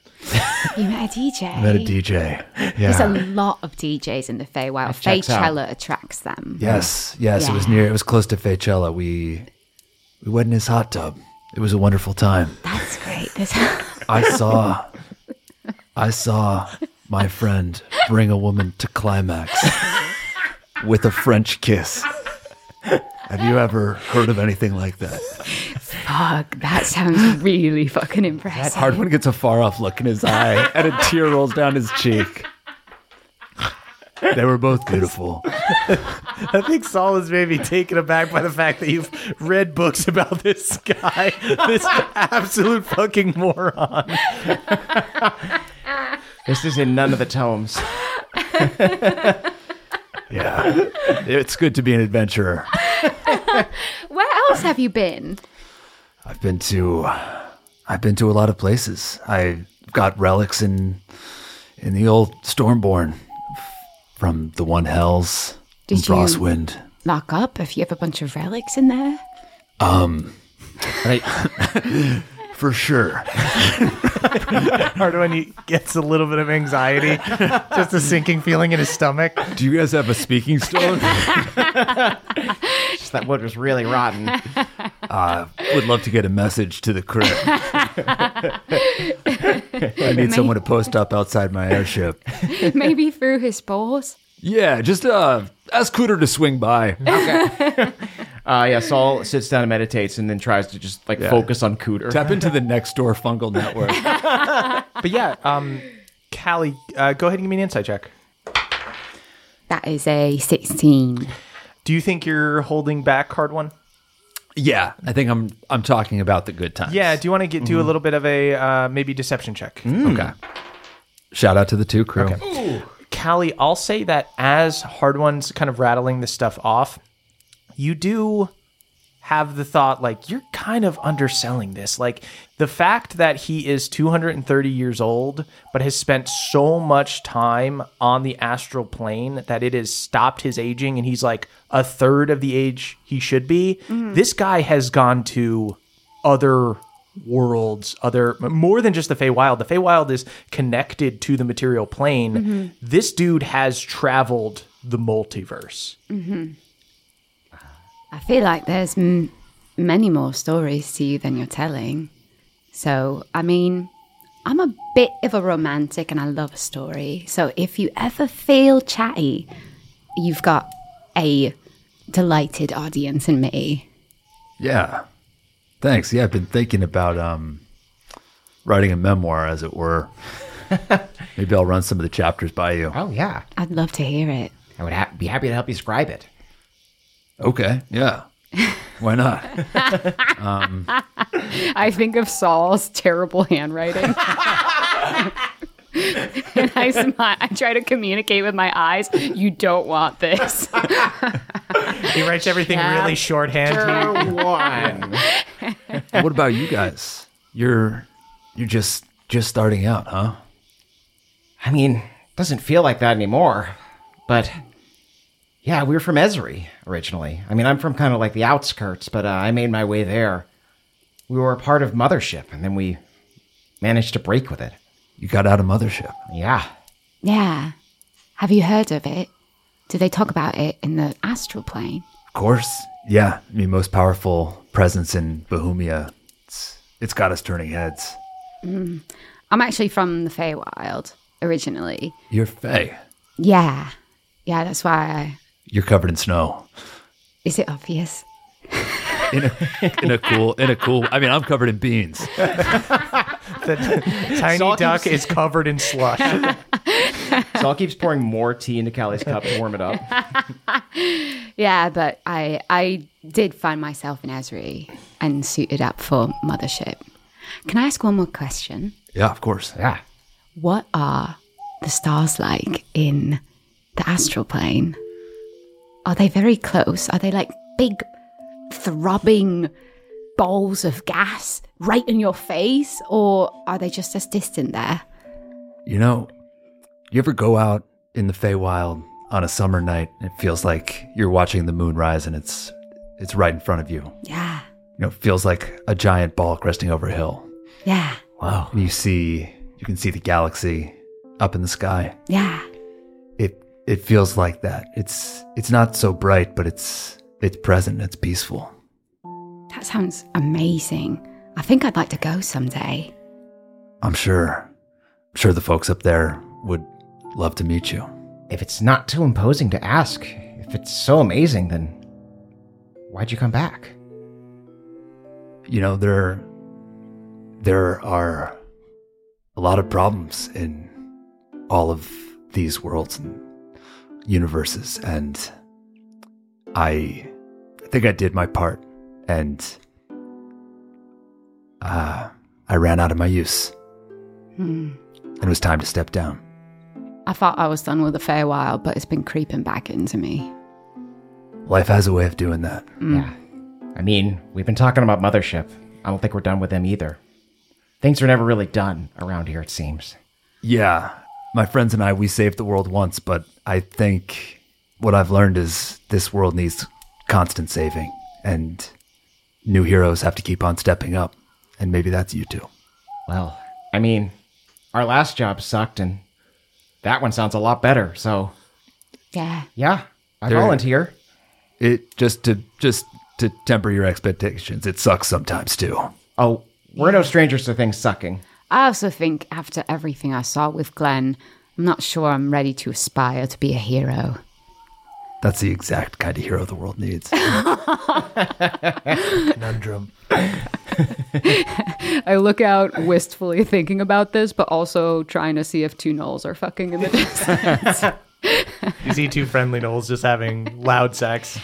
D: You met a DJ.
C: Met a DJ.
D: There's a
C: Yeah.
D: lot of DJs in the Feywild.
H: checks out.
D: Feychella attracts them.
C: Yes. Yes, it was
D: Yeah.
C: near it was close to Faychella. We we went in his hot tub. It was a wonderful time.
D: That's great. There's
C: I saw I saw my friend bring a woman to climax with a French kiss. Have you ever heard of anything like that?
D: Fuck, that sounds really fucking impressive.
C: Hardwin gets a far off look in his eye and a tear rolls down his cheek. They were both beautiful.
B: I think Saul is maybe taken aback by the fact that you've read books about this guy, this absolute fucking moron.
H: This is in none of the tomes.
C: Yeah. It's good to be an adventurer.
D: Where else have you been?
C: I've been to I've been to a lot of places. I got relics in in the old Stormborn from the One Hells
D: Did
C: from
D: you-
C: Frostwind.
D: Lock up. If you have a bunch of relics in there,
C: For sure.
B: Hardwin he gets a little bit of anxiety, just a sinking feeling in his stomach.
C: Do you guys have a speaking stone?
H: Just that wood was really rotten.
C: Would love to get a message to the crew. I need someone to post up outside my airship.
D: maybe through his spores.
C: Yeah, just uh, ask Cooter to swing by.
H: Uh, yeah, Saul sits down and meditates and then tries to just like
C: Yeah.
H: focus on Cooter.
C: Tap into the next door fungal network.
B: But yeah, um, Callie, uh, go ahead and give me an insight check.
D: That is a sixteen.
B: Do you think you're holding back, hard one?
C: yeah, I think I'm I'm talking about the good times.
B: Yeah. Do you want to get do a little bit of a uh, maybe deception check?
C: Okay. Shout out to the two crew.
B: Callie, I'll say that as Hard One's kind of rattling this stuff off, you do have the thought like you're kind of underselling this. Like the fact that he is 230 years old but has spent so much time on the astral plane that it has stopped his aging and he's like a third of the age he should be. This guy has gone to other worlds, other more than just the Feywild. The Feywild is connected to the material plane. This dude has traveled the multiverse.
F: I feel like there's m- many more stories to you than you're telling. So, I mean, I'm a bit of a romantic and I love a story. So, if you ever feel chatty, you've got a delighted audience in me.
C: Yeah. Thanks. Yeah, I've been thinking about um, writing a memoir, as it were. Maybe I'll run some of the chapters by you.
L: Oh, yeah.
F: I'd love to hear it.
L: I would ha- be happy to help you scribe it.
C: Okay. Yeah. Why not?
D: I think of Saul's terrible handwriting. and I, smi- I try to communicate with my eyes. You don't want this.
B: He writes everything really shorthand.
H: one.
C: what about you guys? You're you're just just starting out, huh?
H: I mean, doesn't feel like that anymore. But yeah, we were from Esri originally. I mean, I'm from kind of like the outskirts, but uh, I made my way there. We were a part of Mothership, and then we managed to break with it.
C: You got out of mothership.
H: Yeah.
F: Yeah. Have you heard of it? Do they talk about it in the astral plane?
C: Of course. Yeah. I mean, most powerful presence in Bohemia. It's it's got us turning heads.
F: I'm actually from the Feywild originally.
C: You're Fey.
F: Yeah. Yeah, that's why I.
C: You're covered in snow.
F: Is it obvious?
C: In a, in a cool in a cool I mean, I'm covered in beans.
B: The tiny duck is covered in slush.
H: Saul keeps pouring more tea into Callie's cup to warm it up.
F: Yeah, but I I did find myself in Esri and suited up for mothership. Can I ask one more question?
C: Yeah, of course.
L: Yeah.
F: What are the stars like in the astral plane? Are they very close? Are they like big throbbing balls of gas right in your face or are they just as distant there?
C: You know, you ever go out in the Feywild on a summer night and it feels like you're watching the moon rise and it's it's right in front of you.
F: Yeah.
C: You know, it feels like a giant ball cresting over a hill.
F: Yeah.
C: Wow. And you see you can see the galaxy up in the sky.
F: Yeah.
C: It it feels like that. It's it's not so bright, but it's it's present, it's peaceful.
F: That sounds amazing. I think I'd like to go someday.
C: I'm sure I'm sure the folks up there would love to meet you.
H: If it's not too imposing to ask, if it's so amazing, then why'd you come back?
C: you know there there are a lot of problems in all of these worlds and universes and i I think i did my part and uh, i ran out of my use and it was time to step down
F: I thought I was done with the Feywild, but it's been creeping back into me.
C: life has a way of doing that
H: Yeah. I mean, we've been talking about Mothership. I don't think we're done with them either. Things are never really done around here, it seems.
C: Yeah. My friends and I, we saved the world once, but I think what I've learned is this world needs constant saving, and new heroes have to keep on stepping up. And maybe that's you two.
H: Well, I mean, our last job sucked, and that one sounds a lot better. So,
F: Yeah.
H: yeah, I volunteer.
C: It just to just to temper your expectations. It sucks sometimes too.
H: Oh, we're no strangers to things sucking.
F: I also think after everything I saw with Glenn, I'm not sure I'm ready to aspire to be a hero.
C: That's the exact kind of hero the world needs.
B: Conundrum.
D: I look out wistfully thinking about this, but also trying to see if two nulls are fucking in the distance.
B: You see two friendly gnolls just having loud sex.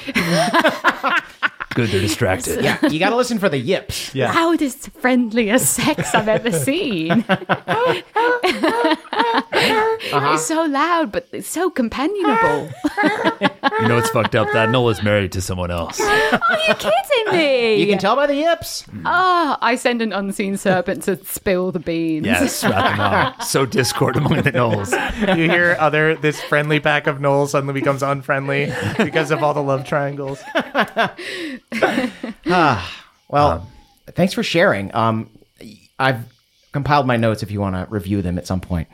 C: Good, they're distracted.
H: Yeah, you gotta listen for the yips.
F: Loudest, friendliest sex I've ever seen.
D: Uh-huh.
F: It's so loud, but it's so companionable.
C: You know it's fucked up. That Nola's married to someone else.
D: Kidding me?
H: You can tell by the yips.
D: Ah, I send an unseen serpent to spill the beans.
C: Yes, wrap them up. So discord among the Noles.
B: You hear other this friendly pack of gnolls suddenly becomes unfriendly because of all the love triangles.
H: Well, thanks for sharing. Um, I've compiled my notes if you want to review them at some point.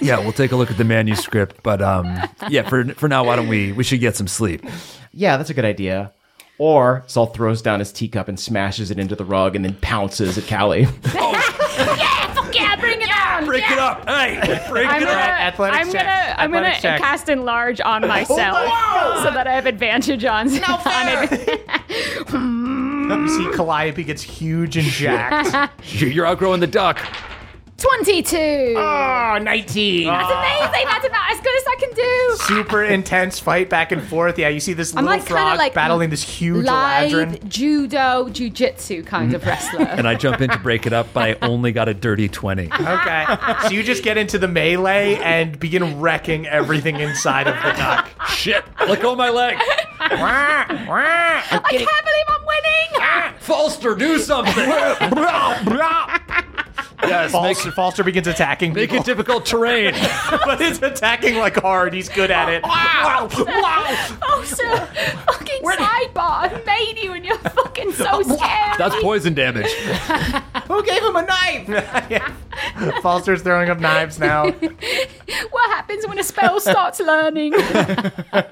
C: yeah, we'll take a look at the manuscript. But um, yeah, for for now, why don't we? We should get some sleep.
H: Yeah, that's a good idea. Or Saul throws down his teacup and smashes it into the rug and then pounces at Callie.
I: yeah, fuck yeah, bring it on.
C: Break it up, hey! Break
I: I'm
C: it
I: gonna,
C: up.
B: athletics
I: I'm
B: check,
I: gonna, I'm gonna
B: athletics check.
I: cast enlarge on
D: Oh
I: myself so that I have advantage on, on it.
B: You see Calliope gets huge and jacked.
C: You're outgrowing the duck.
I: Twenty-two.
D: Ah,
H: Oh, 19.
I: That's amazing. That's about as good as I can do.
B: Super intense fight back and forth. Yeah, you see this
D: I'm
B: little
D: like kinda
B: frog
D: like
B: battling this huge Mm.
D: Live
B: ladron.
D: judo, jujitsu kind of wrestler.
C: And I jump in to break it up, but I only got a dirty twenty.
B: Okay. so you just get into the melee and begin wrecking everything inside of the duck.
C: Shit! Let go of my leg.
I: I can't believe I'm winning.
B: Ah!
C: Falster, do something. yes, make,
B: Falster, Falster begins attacking
C: make
B: people,
C: it difficult terrain.
B: but it's attacking like hard. He's good at it. Wow! Wow!
D: Oh,
I: Also, fucking sidebar. I made you, and you're fucking so scared.
C: That's poison damage.
H: Who gave him a knife?
B: Falster's throwing up knives now.
I: What happens when a spell starts learning?
H: Uh,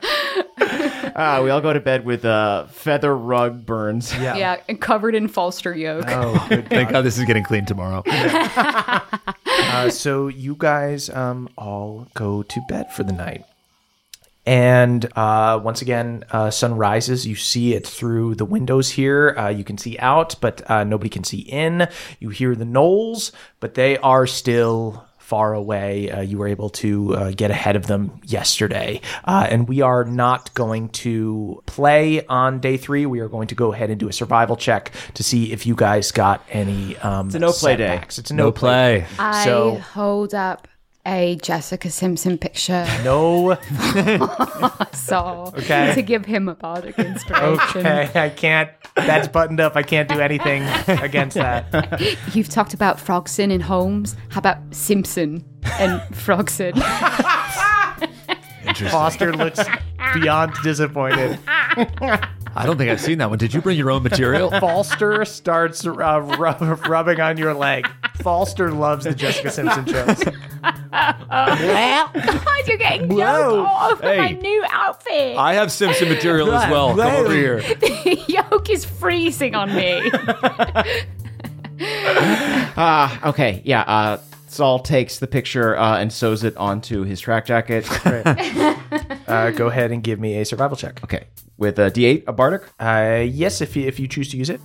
H: we all go to bed with uh, feather rug burns.
D: yeah, and covered in Falster yoke.
B: Oh.
C: Thank God this is getting clean tomorrow.
B: Uh, so you guys um, all go to bed for the night. And uh, once again, uh, sun rises. You see it through the windows here. Uh, you can see out, but uh, nobody can see in. You hear the knolls, but they are still far away. Uh, you were able to uh, get ahead of them yesterday. Uh, and we are not going to play on day three. We are going to go ahead and do a survival check to see if you guys got any. Um, it's
H: a no-play day.
B: It's a Uh, no, play.
F: I
B: So-
F: hold up a Jessica Simpson picture.
B: No
D: So
B: Okay.
D: to give him a bardic inspiration.
B: Okay, I can't. That's buttoned up. I can't do anything against that.
D: You've talked about Frogson and Holmes. How about Simpson and Frogson?
B: Foster looks beyond disappointed.
C: I don't think I've seen that one. Did you bring your own material?
B: Foster starts uh, rub- rubbing on your leg. Foster loves the Jessica Simpson jokes.
I: Guys, you're getting yoke off of my
C: Hey.
I: new outfit.
C: I have Simpson material as well. Come over here.
I: yoke is freezing on me.
H: Ah, okay, yeah. Uh, Saul takes the picture uh, and sews it onto his track jacket.
B: Uh, go ahead and give me a survival check.
H: okay, with a D8, a bardic.
B: Uh, yes, if you, if you choose to use it.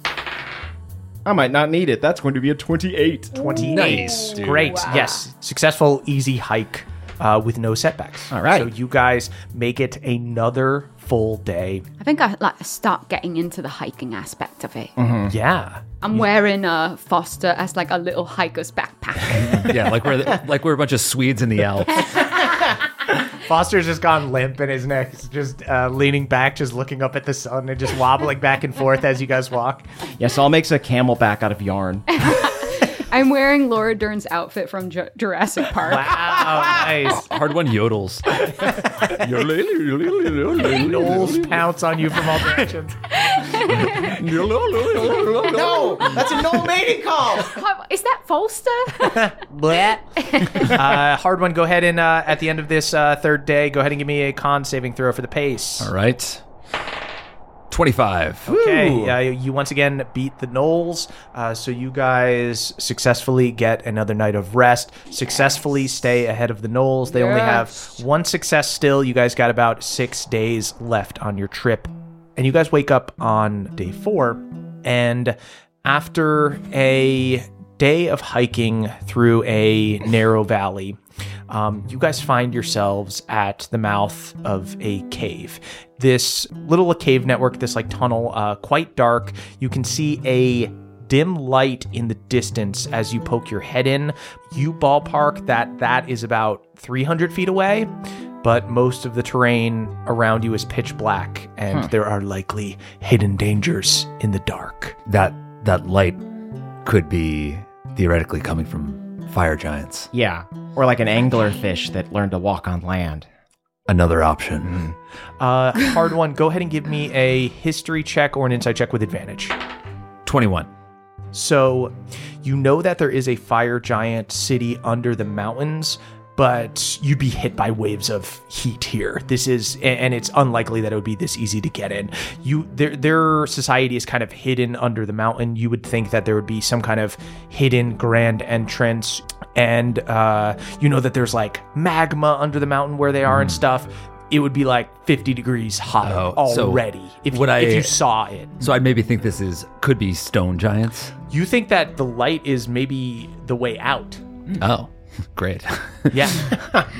H: I might not need it. That's going to be a 28.
B: 28.
C: Nice, dude.
B: Great. Yes. Successful, easy hike uh, with no setbacks. All
H: right.
B: So you guys make it another full day.
F: I think I like start getting into the hiking aspect of it.
B: Yeah.
D: I'm wearing a Foster as like a little hiker's backpack.
C: Yeah, like we're like we're a bunch of Swedes in the Alps.
B: Foster's just gone limp and his neck is just uh, leaning back, just looking up at the sun and just wobbling back and forth as you guys walk.
H: Yeah, Saul makes a camelback out of yarn.
D: I'm wearing Laura Dern's outfit from Ju- Jurassic Park.
B: Wow, Oh, nice.
C: Hard one yodels.
B: Knowles pounce on you from all directions.
H: no, that's a no mating call.
D: Oh, Is that Falster?
B: Uh, hard one, go ahead and uh, at the end of this uh, third day, go ahead and give me a con saving throw for the pace.
C: All right. 25.
B: Okay, uh, you once again beat the Knolls, uh, so you guys successfully get another night of rest. Successfully stay ahead of the Knolls. They only have one success still. You guys got about six days left on your trip, and you guys wake up on day four, and after a day of hiking through a narrow valley. Um, you guys find yourselves at the mouth of a cave. This little cave network, this like tunnel, uh, quite dark. You can see a dim light in the distance as you poke your head in. You ballpark that that is about 300 feet away, but most of the terrain around you is pitch black, and there are likely hidden dangers in the dark.
C: That that light could be theoretically coming from fire giants.
H: Yeah, or like an anglerfish that learned to walk on land.
C: Another option.
B: Uh, hard one. Go ahead and give me a history check or an insight check with advantage.
C: 21.
B: So, you know that there is a fire giant city under the mountains, but you'd be hit by waves of heat here. This is, a- and it's unlikely that it would be this easy to get in. You, their, their society is kind of hidden under the mountain. You would think that there would be some kind of hidden grand entrance, and uh, you know that there's like magma under the mountain where they are and stuff. It would be like 50 degrees hotter
M: Hmm. Oh, so
B: already if,
M: would I-
B: if you saw it.
M: So I maybe think this is could be stone giants.
B: You think that the light is maybe the way out.
M: Oh, great.
B: Yeah.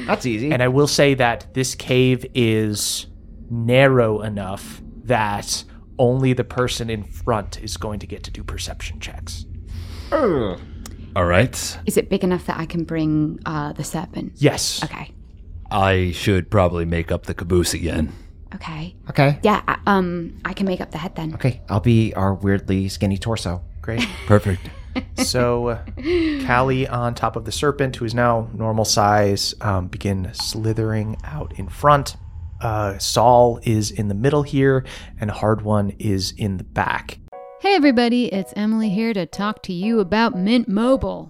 H: That's easy.
B: And I will say that this cave is narrow enough that only the person in front is going to get to do perception checks.
M: All right.
F: Is it big enough that I can bring uh, the serpent?
B: Yes.
F: Okay.
M: I should probably make up the caboose again.
F: Okay.
H: Okay.
F: Yeah. I, um, I can make up the head then.
H: Okay. I'll be our weirdly skinny torso.
B: Great.
M: Perfect.
B: So, Callie on top of the serpent, who is now normal size, um, begin slithering out in front. Uh, Saul is in the middle here, and Hard One is in the back.
D: Hey everybody, it's Emily here to talk to you about Mint Mobile.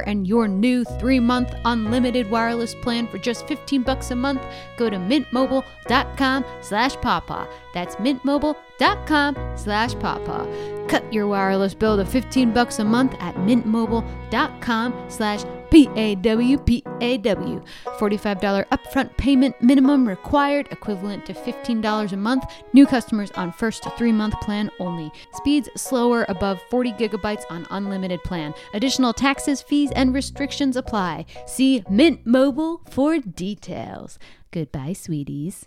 D: and your new 3-month unlimited wireless plan for just 15 bucks a month, go to mintmobile.com/pawpaw. That's mintmobile.com/pawpaw. Cut your wireless bill to 15 bucks a month at mintmobile.com/pawpaw. $45 upfront payment minimum required, equivalent to $15 a month. New customers on first three month plan only. Speeds slower above 40 gigabytes on unlimited plan. Additional taxes, fees, and restrictions apply. See Mint Mobile for details. Goodbye, sweeties.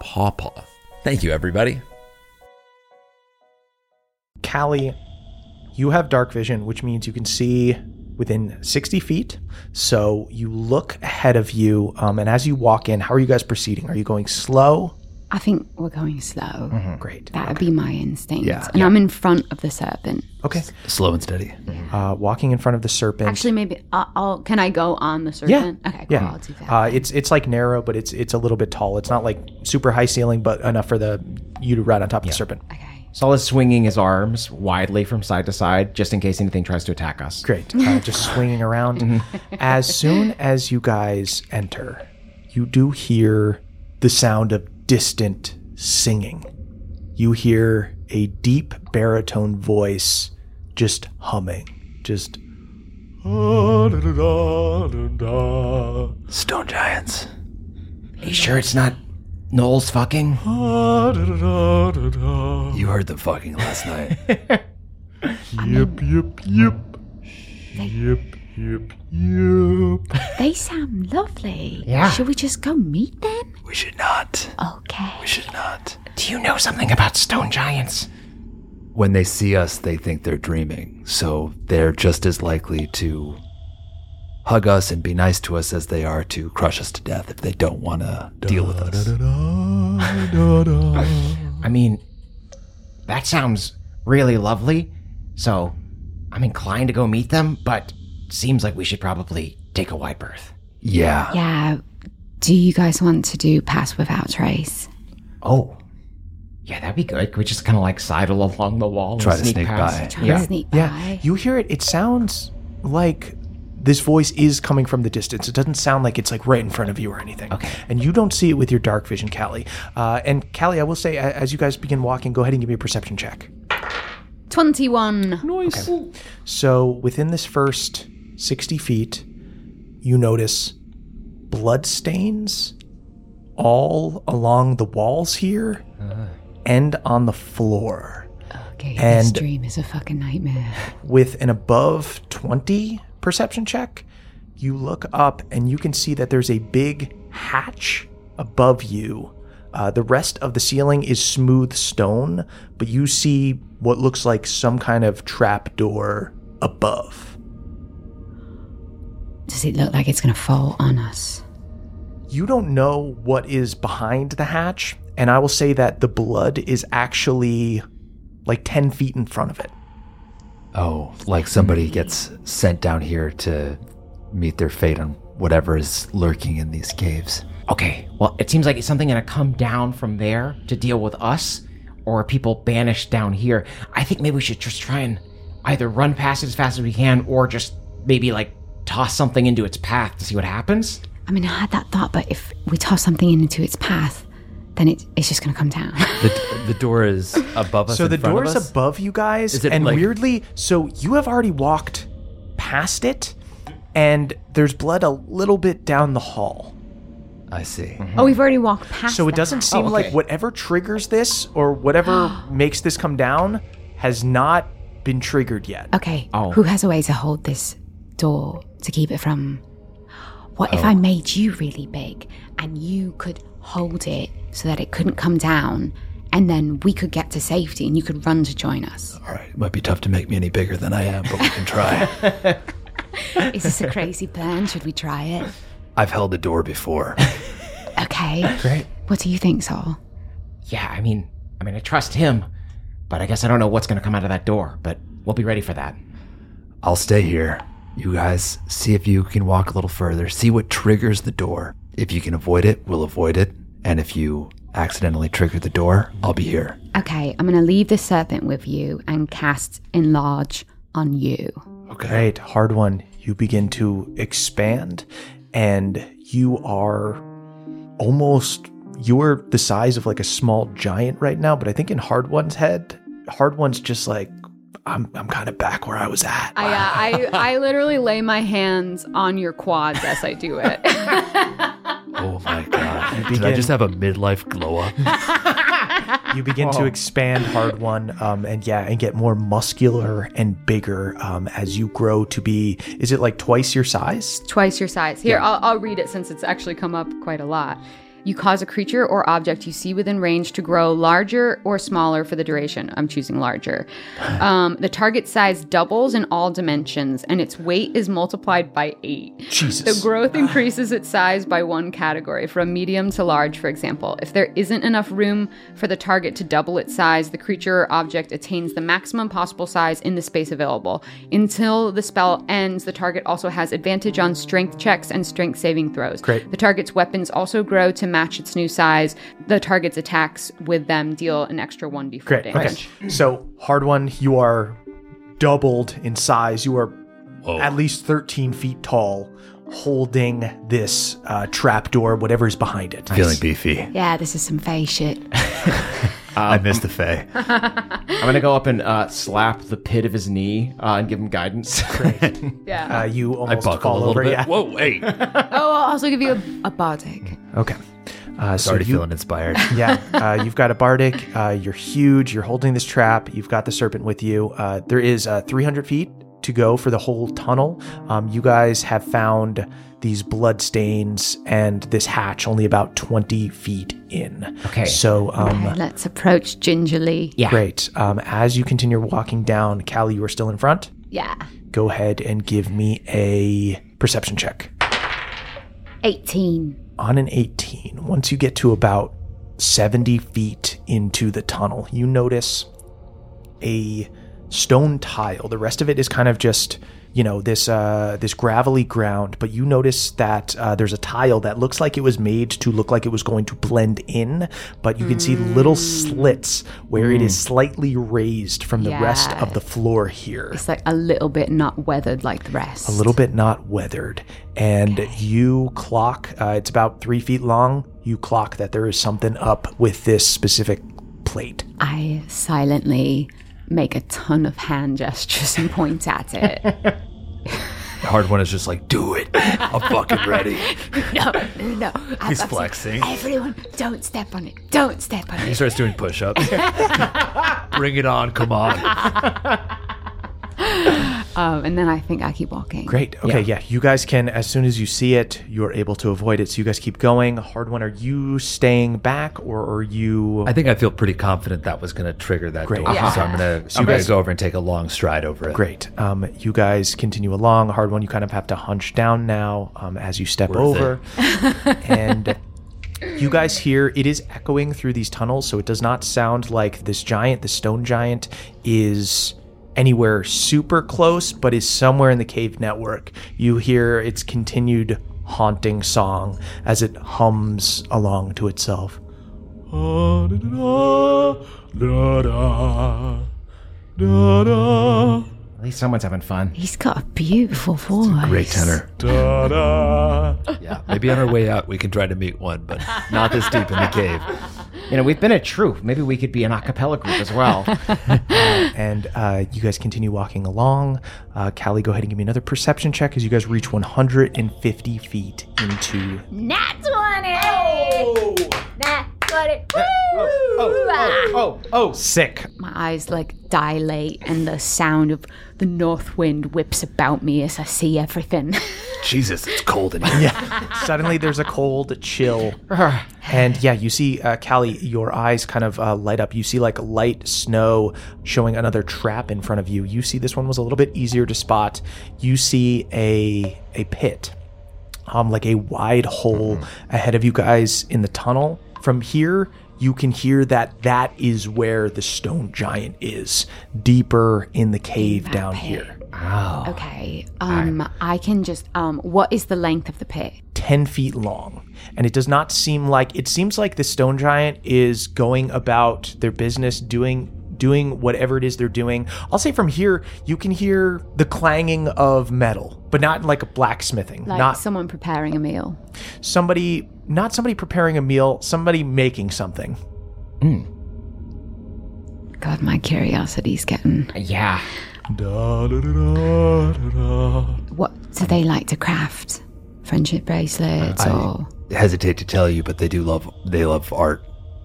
C: pawpaw. Thank you, everybody.
B: Callie, you have dark vision, which means you can see within 60 feet. So you look ahead of you. Um, and as you walk in, how are you guys proceeding? Are you going slow?
F: I think we're going slow.
B: Great.
D: Mm.
F: That would be my instinct.
N: Yeah.
F: And I'm in front of the serpent.
B: Okay.
M: Slow and steady.
B: Uh, walking in front of the serpent.
F: Actually, maybe I'll, I'll. Can I go on the serpent? Okay. Cool.
D: oh,
B: yeah,
F: I'll do that.
B: uh, it's it's like narrow, but it's it's a little bit tall. It's not like super high ceiling, but enough for the you to ride on top of the serpent.
F: okay.
H: Saul is swinging his arms widely from side to side just in case anything tries to attack us.
B: Great. Uh, just swinging around. as soon as you guys enter, you do hear the sound of distant singing. You hear a deep baritone voice just humming, just
N: Stone giants.
E: You sure it's not Knowles fucking?
N: You heard them fucking last night.
F: They sound lovely.
E: Yeah.
F: Should we just go meet them?
N: We should not.
F: Okay.
N: We should not.
E: Do you know something about stone giants?
N: When they see us, they think they're dreaming, so they're just as likely to hug us and be nice to us as they are to crush us to death if they don't want to deal with us.
E: I mean, that sounds really lovely, so I'm inclined to go meet them, but seems like we should probably take a wide berth.
N: Yeah.
F: Yeah. Do you guys want to do pass without trace?
H: Oh. Yeah, that'd be good. Could we just kind of like sidle along the wall?
C: Try
H: and
C: to
H: sneak
C: sneak
H: past?
C: by. Try
B: yeah. Yeah. You hear it. It sounds like this voice is coming from the distance. It doesn't sound like it's like right in front of you or anything. Okay. And you don't see it with your dark vision, Callie. Uh, and Callie, I will say, a- as you guys begin walking, go ahead and give me a perception check.
D: 21.
B: Nice. So within this first 60 feet, you notice blood stains all along the walls here and on the floor.
F: Okay, this
B: And-
F: dream is a fucking nightmare.
B: with an above 20 perception check, you look up and you can see that there's a big hatch above you. Uh, the rest of the ceiling is smooth stone, but you see what looks like some kind of trap door above.
F: Does it look like it's gonna fall on us?
B: You don't know what is behind the hatch, and I will say that the blood is actually like 10 feet in front of it.
C: Oh, like somebody gets sent down here to meet their fate on whatever is lurking in these caves.
H: Okay. Well, it seems like it's something gonna come down from there to deal with us, or people banished down here. I think maybe we should just try and either run past it as fast as we can, or just maybe like toss something into its path to see what happens.
F: I mean, I had that thought, but if we toss something into its path, then it, it's just gonna come down.
O: The, the door is above us.
B: So
O: in
B: the
O: front
B: door's
O: of us?
B: above you guys,
O: Is it
B: and
O: like-
B: weirdly, so you have already walked past it, and there's blood a little bit down the hall.
C: I see.
H: Mm-hmm.
F: oh, we've already walked past.
B: So it
O: Oh,
F: that.
B: doesn't seem like whatever triggers this or whatever makes this come down has not been triggered yet.
F: Okay. Who has a way to hold this door to keep it from? What if I made you really big and you could hold it so that it couldn't come down, and then we could get to safety and you could run to join us?
C: All right, it might be tough to make me any bigger than I am, but we can try.
F: Is this a crazy plan? Should we try it?
C: I've held a door before.
F: Okay.
H: Great.
F: What do you think, Saul?
H: Yeah. I mean, I mean, I trust him, but I guess I don't know what's gonna come out of that door. But we'll be ready for that.
C: I'll stay here. You guys, see if you can walk a little further. See what triggers the door. If you can avoid it, we'll avoid it. And if you accidentally trigger the door, I'll be here.
F: Okay, I'm going to leave the serpent with you and cast enlarge on you.
B: Right, hard one. You begin to expand, and you are almost you are the size of like a small giant right now. But I think in hard one's head, hard one's just like I'm. I'm kind of back where I was at.
D: I, uh, I, I literally lay my hands on your quads as I do it.
C: Oh my god.
B: You
O: Did I
B: begin-
O: just have a midlife glow up?
B: you begin to expand hard one um, and yeah and get more muscular and bigger um, as you grow to be is it like twice your size
D: Twice your size. Here, I'll, I'll read it since it's actually come up quite a lot. You cause a creature or object you see within range to grow larger or smaller for the duration. I'm choosing larger. Um, the target size doubles in all dimensions, and its weight is multiplied by eight. The
B: jesus
D: growth increases its size by one category, from medium to large, for example. If there isn't enough room for the target to double its size, the creature or object attains the maximum possible size in the space available. Until the spell ends, the target also has advantage on strength checks and strength saving throws.
B: Great.
D: The target's weapons also grow to match its new size. The target's attacks with them deal an extra 1d4
B: great okay
D: damage.
B: so hard one you are doubled in size you are
O: Oh.
B: at least 13 feet tall holding this uh, trap door whatever is behind it
C: Feeling beefy.
F: Yeah, this is some fey shit.
B: Um,
C: I missed the Fae.
H: I'm gonna go up and uh, slap the pit of his knee uh, and give him guidance.
D: Yeah.
B: uh, you
O: I
B: almost
O: buckle a
B: fall
O: little
B: over
O: bit.
B: yeah
O: Whoa, wait.
F: Oh, I'll also give you a, a bardic.
B: okay uh, so
C: Already
B: you-
C: feeling inspired.
B: yeah, uh, you've got a bardic. Uh, you're huge. You're holding this trap. You've got the serpent with you. Uh, there is uh, 300 feet to go for the whole tunnel. Um, you guys have found these blood stains and this hatch only about 20 feet in.
H: Okay.
B: So, um,
F: Let's approach gingerly.
H: Yeah.
B: great. Um, as you continue walking down, Callie, you are still in front.
F: Yeah.
B: Go ahead and give me a perception check.
F: 18.
B: on an 18, once you get to about 70 feet into the tunnel, you notice a stone tile. The rest of it is kind of just you know this uh, this gravelly ground, but you notice that uh, there's a tile that looks like it was made to look like it was going to blend in, but you can see little slits where it is slightly raised from the rest of the floor here.
D: It's like a little bit not weathered like the rest.
B: A little bit not weathered. And you clock, uh, it's about three feet long. You clock that there is something up with this specific plate.
D: I silently make a ton of hand gestures and point at it.
C: Hard one is just like, do it. I'm fucking ready.
D: no, no. I've-
C: He's
D: I've said,
C: flexing.
D: Everyone, don't step on it. Don't step on
C: He
D: it.
C: starts doing push ups. Bring it on. Come on.
D: Um, and then I think I keep walking.
B: Great. Okay, yeah. You guys can, as soon as you see it, you're able to avoid it. So you guys keep going. Hard one, are you staying back or are you.
C: I think I feel pretty confident that was going to trigger that
B: Great.
C: door.
B: Yeah.
C: So I'm going to
B: you
C: I'm going
B: guys-
C: to go over and take a long stride over it.
B: Great. Um, you guys continue along. Hard one, you kind of have to hunch down now um, as you step
C: Worth
B: over. and you guys hear it is echoing through these tunnels, so it does not sound like this giant, the stone giant, is anywhere super close, but is somewhere in the cave network. You hear its continued haunting song as it hums along to itself.
H: At least someone's having fun.
D: He's got a beautiful voice.
C: Great tenor. Yeah. Maybe on our way out, we can try to meet one, but not this deep in the cave.
H: You know, we've been a troop. Maybe we could be an a cappella group as well.
B: and uh, you guys continue walking along. Uh, Callie, go ahead and give me another perception check as you guys reach 150 feet into.
F: Nat 20! Nat 20! Woo! Ah.
H: oh, oh.
B: Sick.
D: My eyes like dilate, and the sound of the north wind whips about me as I see everything.
C: Jesus, it's cold in here.
B: Suddenly, there's a cold chill, and yeah, you see uh, Callie. Your eyes kind of uh, light up. You see like light snow showing another trap in front of you. You see this one was a little bit easier to spot. You see a a pit um, like a wide hole ahead of you guys in the tunnel. From here, you can hear that that is where the stone giant is, deeper in the cave down here.
D: okay. Um, I can just. Um, what is the length of the pit?
B: 10 feet long. And it does not seem like, it seems like the stone giant is going about their business doing. Doing whatever it is they're doing. I'll say from here, you can hear the clanging of metal, but not like blacksmithing,
D: Like
B: not
D: someone preparing a meal.
B: somebody, not somebody preparing a meal, somebody making something.
D: God, my curiosity's getting.
H: Yeah.
D: What do they like to craft? Friendship bracelets or
C: Hesitate to tell you, but they do love they love art.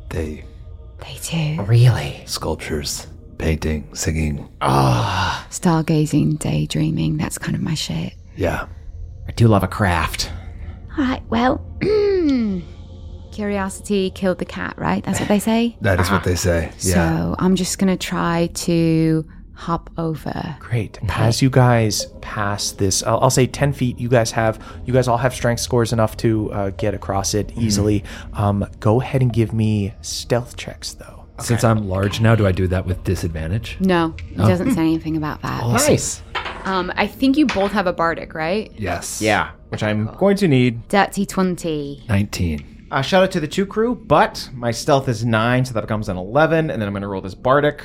C: They
D: they do
H: Really?
C: sculptures, painting, singing.
D: stargazing, daydreaming. That's kind of my shit.
C: Yeah.
H: I do love a craft.
D: All right. Well, curiosity killed the cat, right? That's what they say.
C: That is what they say. Yeah.
D: So I'm just gonna try to hop over.
B: Great. As you guys pass this, I'll, I'll say ten feet. You guys have, you guys all have strength scores enough to uh, get across it easily.
H: Mm-hmm.
B: Um, go ahead and give me stealth checks, though.
C: Since I'm large now, do I do that with disadvantage?
D: No, it doesn't say anything about that.
H: Nice.
P: Um, I think you both have a bardic, right?
C: Yes.
H: Yeah, which I'm going to need.
D: Dirty twenty.
C: 19.
H: Uh, shout out to the two crew, but my stealth is nine, so that becomes an 11, and then I'm going to roll this bardic.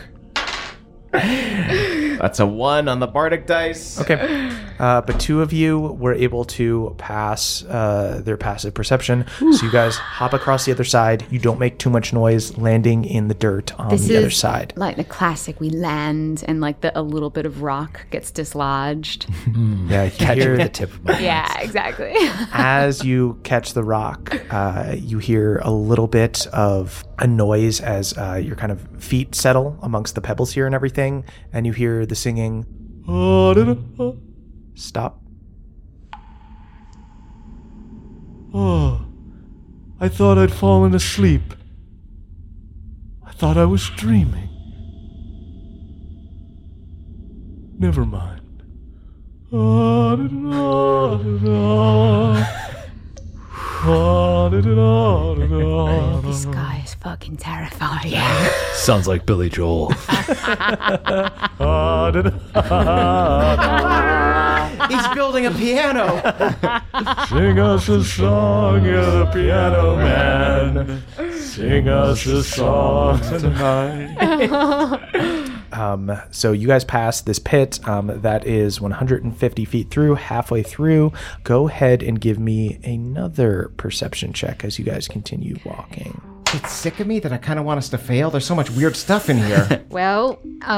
H: That's a one on the bardic dice.
B: Okay. Uh, but two of you were able to pass uh, their passive perception, so you guys hop across the other side. You don't make too much noise, landing in the dirt on
P: This
B: the other
P: is-
B: side.
D: Like the classic, we land and like the a little bit of rock gets dislodged.
B: Yeah, you
C: Catch it
B: hear
C: with the tip of my
P: Yeah, exactly.
B: as you catch the rock, uh, you hear a little bit of a noise as uh, your kind of feet settle amongst the pebbles here and everything, and you hear the singing. "Ah, Stop.
Q: Oh, I thought I'd fallen asleep. I thought I was dreaming. Never mind.
D: This guy is fucking terrifying. Yeah.
C: Sounds like Billy Joel.
H: He's building a piano.
R: Sing us a song, you're the piano man. Sing us a song tonight.
B: Um, so you guys pass this pit um, that is 150 feet through, halfway through. Go ahead and give me another perception check as you guys continue walking.
H: It's sick of me that I kind of want us to fail. There's so much weird stuff in here.
I: Well, uh,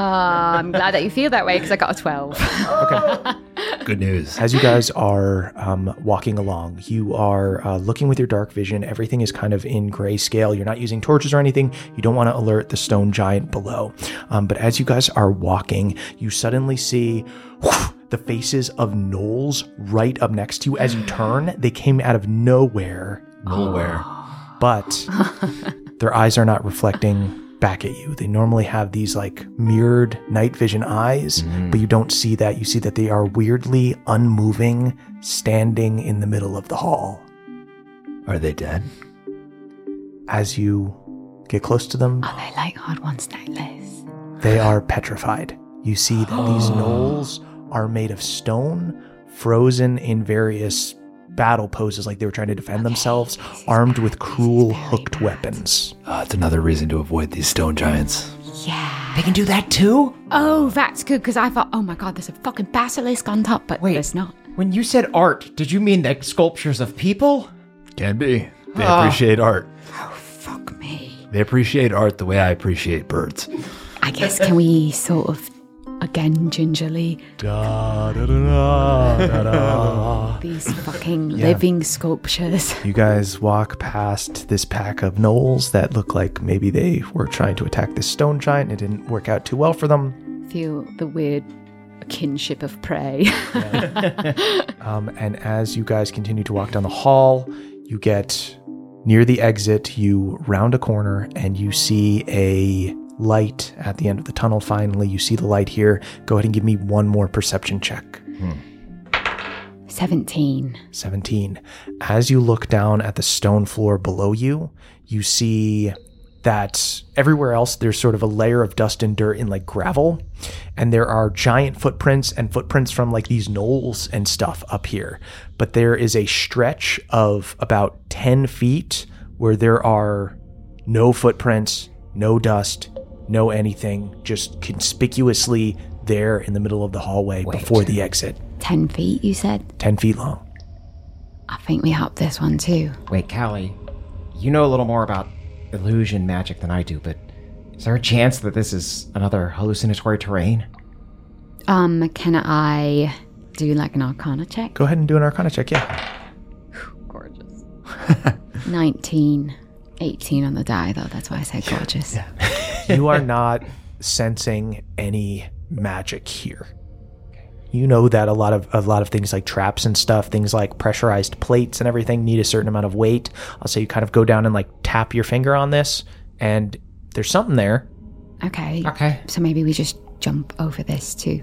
I: I'm glad that you feel that way because I got a 12.
B: Good news. As you guys are um, walking along, you are uh, looking with your dark vision. Everything is kind of in grayscale. You're not using torches or anything. You don't want to alert the stone giant below. Um, but as you guys are walking, you suddenly see whew, the faces of gnolls right up next to you. As you turn, they came out of nowhere.
O: Nowhere.
B: But their eyes are not reflecting back at you. They normally have these like mirrored night vision eyes,
O: Mm-hmm.
B: but you don't see that. You see that they are weirdly unmoving, standing in the middle of the hall.
O: Are they dead?
B: As you get close to them,
F: Are they like hard ones like this?
B: they are petrified. You see that these knolls are made of stone, frozen in various battle poses like they were trying to defend themselves, armed with cruel hooked weapons.
O: Uh, it's another reason to avoid these stone giants.
F: Yeah.
H: They can do that too?
F: Oh, that's good because I thought, oh my god, there's a fucking basilisk on top, but there's not.
H: When you said art, did you mean like sculptures of people?
O: Can be. They
H: Ah.
O: appreciate art. Oh, fuck me. They appreciate art the way I appreciate birds.
F: I guess can we sort of again gingerly
R: Da da da da da da.
F: these fucking
B: Yeah.
F: living sculptures?
B: You guys walk past this pack of gnolls that look like maybe they were trying to attack this stone giant. It didn't work out too well for them.
F: Feel the weird kinship of prey.
B: Um, and as you guys continue to walk down the hall, you get near the exit, you round a corner, and you see a light at the end of the tunnel. Finally, you see the light here. Go ahead and give me one more perception check.
F: 17.
B: 17. As you look down at the stone floor below you, you see that everywhere else there's sort of a layer of dust and dirt and like gravel, and there are giant footprints and footprints from like these knolls and stuff up here. But there is a stretch of about 10 feet where there are no footprints, no dust, no anything, just conspicuously there in the middle of the hallway before the exit,
F: 10 feet, you said?
B: 10 feet long.
F: I think we up this one too.
H: Wait, Callie, you know a little more about illusion magic than I do, but is there a chance that this is another hallucinatory terrain?
F: Um, can I do like an arcana check?
B: Go ahead and do an Arcana check, yeah.
F: 19. 18 on the die though, that's why I said gorgeous.
B: You are not sensing any magic here. You know that a lot of a lot of things like traps and stuff, things like pressurized plates and everything need a certain amount of weight. I'll say you kind of go down and like tap your finger on this, and there's something there.
F: Okay.
H: Okay.
F: So maybe we just jump over this too.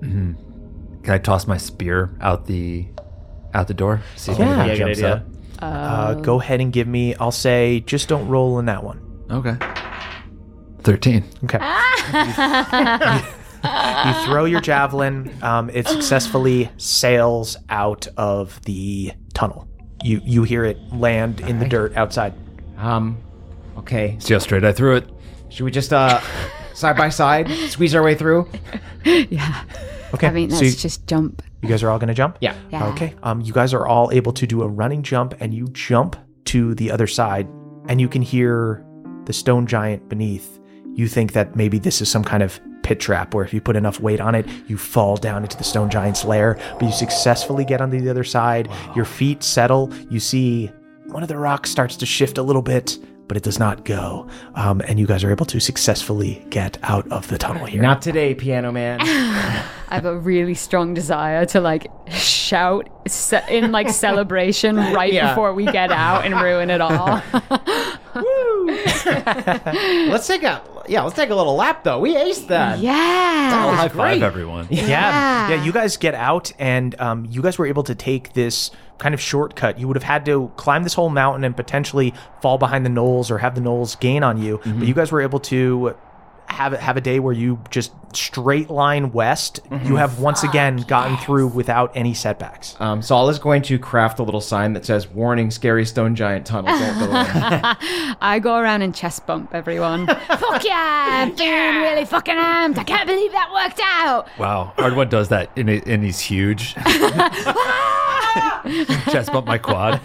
O: Can I toss my spear out the out the door? See if
B: Yeah.
O: anybody
B: Yeah, good
O: jumps
B: idea.
O: up.
B: Uh, go ahead and give me. I'll say just don't roll in that one.
O: Okay. Thirteen.
B: Okay. you throw your javelin. Um, it successfully sails out of the tunnel. You you hear it land in the dirt outside.
H: Um, okay.
O: See how straight I threw it.
H: Should we just, uh, side by side, squeeze our way through?
F: Yeah.
B: Okay.
F: I mean,
B: so
F: let's
B: you,
F: just jump.
B: you guys are all going to jump.
H: Yeah.
F: Yeah.
B: Okay. Um, you guys are all able to do a running jump, and you jump to the other side, and you can hear the stone giant beneath. You think that maybe this is some kind of pit trap where if you put enough weight on it, you fall down into the stone giant's lair, but you successfully get onto the other side. Your feet settle. You see one of the rocks starts to shift a little bit, but it does not go. Um, and you guys are able to successfully get out of the tunnel here.
H: Not today, piano man.
D: I have a really strong desire to like shout ce- in like celebration right
H: Yeah.
D: before we get out and ruin it all.
H: let's take a, yeah, let's take a little lap though. We aced that.
F: Yeah.
O: High
H: great.
O: five, everyone.
B: Yeah.
F: Yeah.
B: Yeah, you guys get out and um, you guys were able to take this kind of shortcut. You would have had to climb this whole mountain and potentially fall behind the knolls or have the knolls gain on you, but you guys were able to have have a day where you just straight line west, you have once again gotten through without any setbacks.
H: Um, Saul is going to craft a little sign that says "Warning: Scary Stone Giant Tunnel." Don't go in."
D: I go around and chest bump everyone.
F: Fuck yeah! I'm feeling really fucking amped. I can't believe that worked out.
C: Wow, hard one does that, and, it, and he's huge. Chest bump my quad.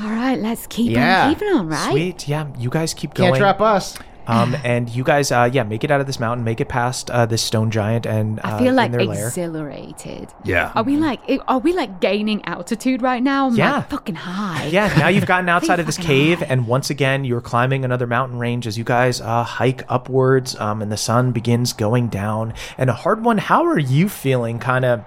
F: All right, let's keep
B: Yeah.
F: on keeping on, right?
B: Sweet, yeah. You guys keep
F: Can't
B: going.
F: trap
H: us.
B: Um, and you guys, uh, yeah, make it out of this mountain, make it past uh, this stone giant, and uh,
D: I feel
B: in
D: like
B: their lair.
D: exhilarated.
B: Yeah.
D: Are we like i- are we like gaining altitude right now? I'm
B: Yeah.
D: like fucking high.
B: Yeah, now you've gotten outside of this
D: Pretty
B: cave, and once again, you're climbing another mountain range as you guys uh, hike upwards, um, and the sun begins going down. And a hard one, how are you feeling? Kind of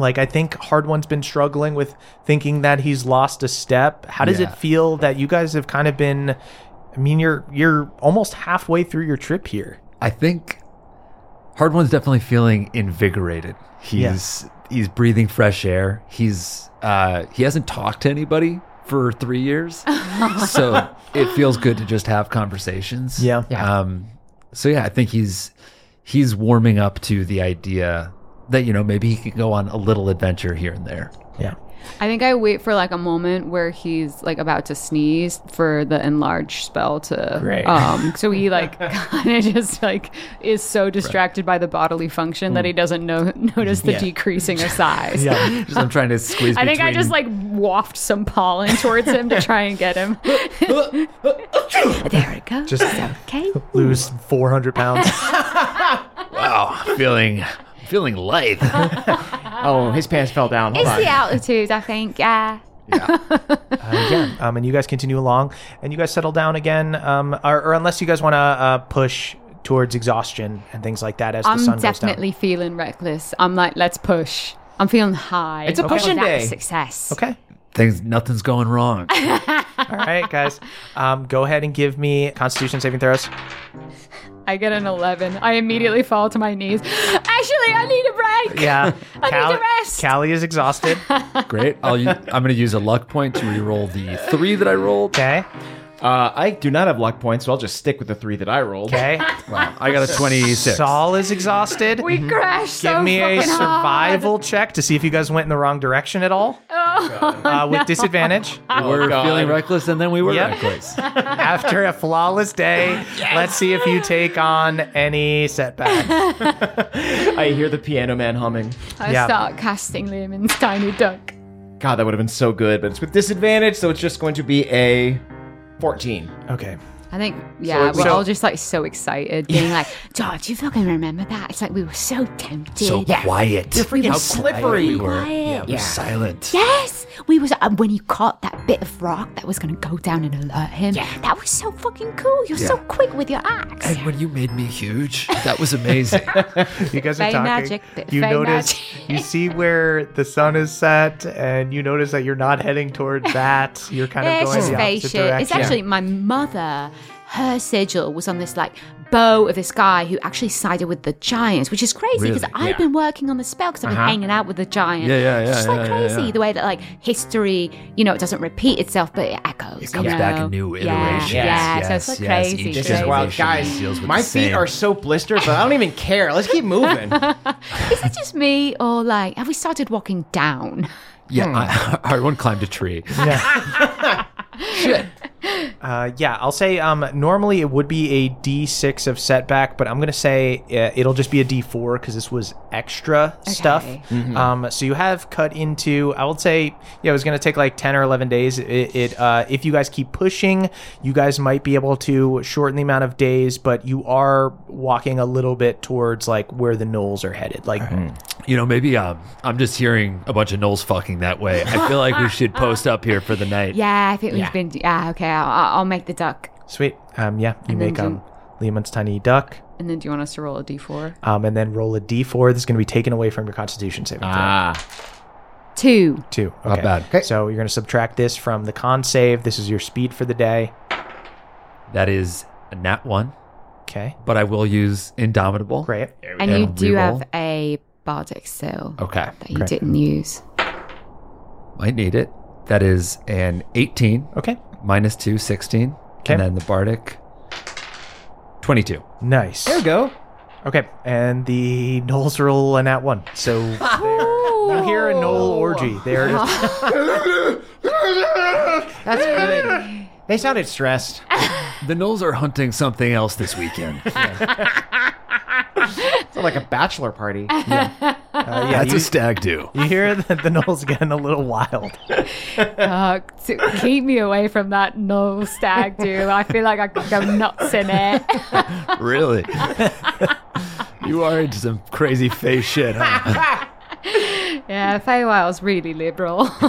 B: like I think hard one's been struggling with thinking that he's lost a step. How does
C: Yeah.
B: it feel that you guys have kind of been? I mean, you're you're almost halfway through your trip here.
C: I think Hard One's definitely feeling invigorated. He's he's breathing fresh air. He's uh, he hasn't talked to anybody for three years, so it feels good to just have conversations.
B: Yeah.
C: Um. So yeah, I think he's he's warming up to the idea that you know maybe he can go on a little adventure here and there.
B: Yeah.
D: I think I wait for like a moment where he's like about to sneeze for the enlarge spell to
B: Great.
D: um so he like kind of just like is so distracted by the bodily function that he doesn't no- notice the
C: Yeah.
D: decreasing of size.
C: Yeah. Just I'm trying to squeeze.
D: I think I
C: between-
D: just like waft some pollen towards him to try and get him. there it goes.
B: Just
D: okay.
B: lose 400 pounds.
C: wow, feeling feeling light.
H: oh, his pants fell down.
F: It's the altitude, I think. Yeah.
B: uh, yeah, um, and you guys continue along, and you guys settle down again, um, or, or unless you guys want to uh, push towards exhaustion and things like that as the
D: I'm
B: sun goes
D: definitely feeling reckless. I'm like, let's push. I'm feeling high.
B: It's a Okay. pushing
D: Well, that's
B: day.
D: Success.
B: Okay.
C: Things nothing's going wrong.
B: down. All right, guys, um, go ahead and give me Constitution saving throws.
D: I get an 11. I immediately fall to my knees. Actually, I need a break.
B: Yeah,
D: I need
B: Callie,
D: to rest.
B: Callie is exhausted.
C: Great. I'll, u- I'm going to use a luck point to reroll the three that I rolled.
B: Okay.
H: Uh, I do not have luck points, so I'll just stick with the three that I rolled.
B: Okay.
C: Wow, I got a 26.
B: Saul is exhausted.
D: We crashed
B: Give
D: so
B: me a
D: fucking hard.
B: survival check to see if you guys went in the wrong direction at all
D: Oh,
B: uh, with
D: no.
B: disadvantage.
C: we're feeling reckless, and then we were
B: Yep.
C: reckless.
B: After a flawless day, let's see if you take on any setbacks.
H: I hear the piano man humming.
D: I start casting Lehman's tiny duck.
H: God, that would have been so good, but it's with disadvantage, so it's just going to be a 14.
B: Okay.
D: I think, yeah,
H: So-
D: we're
H: so-
D: all just like so excited, being like,
F: God, do you fucking remember that? It's like we were so tempted.
C: So quiet.
F: You're freaking
C: How
F: slippery.
C: quiet We were.
F: Quiet.
C: Yeah, we were
F: Yeah.
C: silent.
F: Yes, we was uh, when you caught that bit of rock that was going to go down and alert him. That was so fucking cool. Oh, You're so
C: Yeah.
F: quick with your axe.
C: And when you made me huge, that was amazing.
B: You guys are
F: Fey
B: talking.
F: magic, bit
B: you
F: fey
B: notice you see where the sun is set, and you notice that you're not heading toward that. You're kind of
F: it's
B: going
F: just
B: the
F: face
B: opposite
F: shit.
B: direction.
F: It's actually my mother. Her sigil was on this like bow of this guy who actually sided with the giants, which is crazy because
C: Really?
F: I've
C: Yeah.
F: been working on the spell because I've been
C: Uh-huh.
F: hanging out with the giant.
C: Yeah, yeah,
F: It's
C: yeah,
F: just
C: yeah,
F: like
C: yeah,
F: crazy
C: yeah.
F: the way that like history, you know, it doesn't repeat itself, but it echoes.
C: It comes back in new iterations.
F: Yeah, yeah. so
C: Yes,
F: it's like
C: yes,
F: crazy.
C: each
H: This is wild.
C: generation
H: Guys,
C: deals with the
H: my feet
C: same.
H: are so blistered, but I don't even care. Let's keep moving.
F: Is it just me or like have we started walking down?
C: Yeah, I, everyone climbed a tree.
B: Uh, yeah, I'll say um, normally it would be a D6 of setback, but I'm going to say uh, it'll just be a D4 because this was extra stuff.
C: Mhm.
B: Um, so you have cut into, I would say, yeah, it was going to take like 10 or 11 days. It, it uh, If you guys keep pushing, you guys might be able to shorten the amount of days, but you are walking a little bit towards like where the knolls are headed. Like,
C: You know, maybe um, I'm just hearing a bunch of Knowles fucking that way. I feel like we should post up here for the night.
F: Yeah, I think
B: Yeah.
F: we've been. Yeah, okay, I'll, I'll make the duck.
B: sweet. Um, yeah, you
D: And then
B: make
D: do-
B: um, Lehman's tiny duck.
D: And then do you want us to roll a d4?
B: um, and then roll a d4. This is going to be taken away from your Constitution saving throw.
D: Two.
B: Two. Okay.
C: Not bad.
B: So you're going to subtract this from the con save. This is your speed for the day.
C: That is a nat one,
B: Okay.
C: but I will use Indomitable.
B: Great.
F: And you do
C: reroll.
F: have a bardic still.
B: Oh,
C: Okay.
F: That you didn't use.
C: Might need it. That is an 18.
B: Okay.
C: Minus 2, 16.
B: Okay.
C: And then the Bardic 22.
B: Nice. There
H: we go.
B: Okay, and the Knolls roll an at one. So you hear a Knoll
H: Oh.
B: orgy. They're
H: That's good. They sounded stressed.
C: the Knolls are hunting something else this weekend.
H: It's like a bachelor party.
B: Uh, yeah,
C: That's
B: you-
C: a stag do.
B: You hear that the Knoll's getting a little wild.
S: Uh, to keep me away from that null stag, do I feel like I could go nuts in it.
C: really? you are into some crazy face shit, huh?
D: yeah, Feywild's really liberal.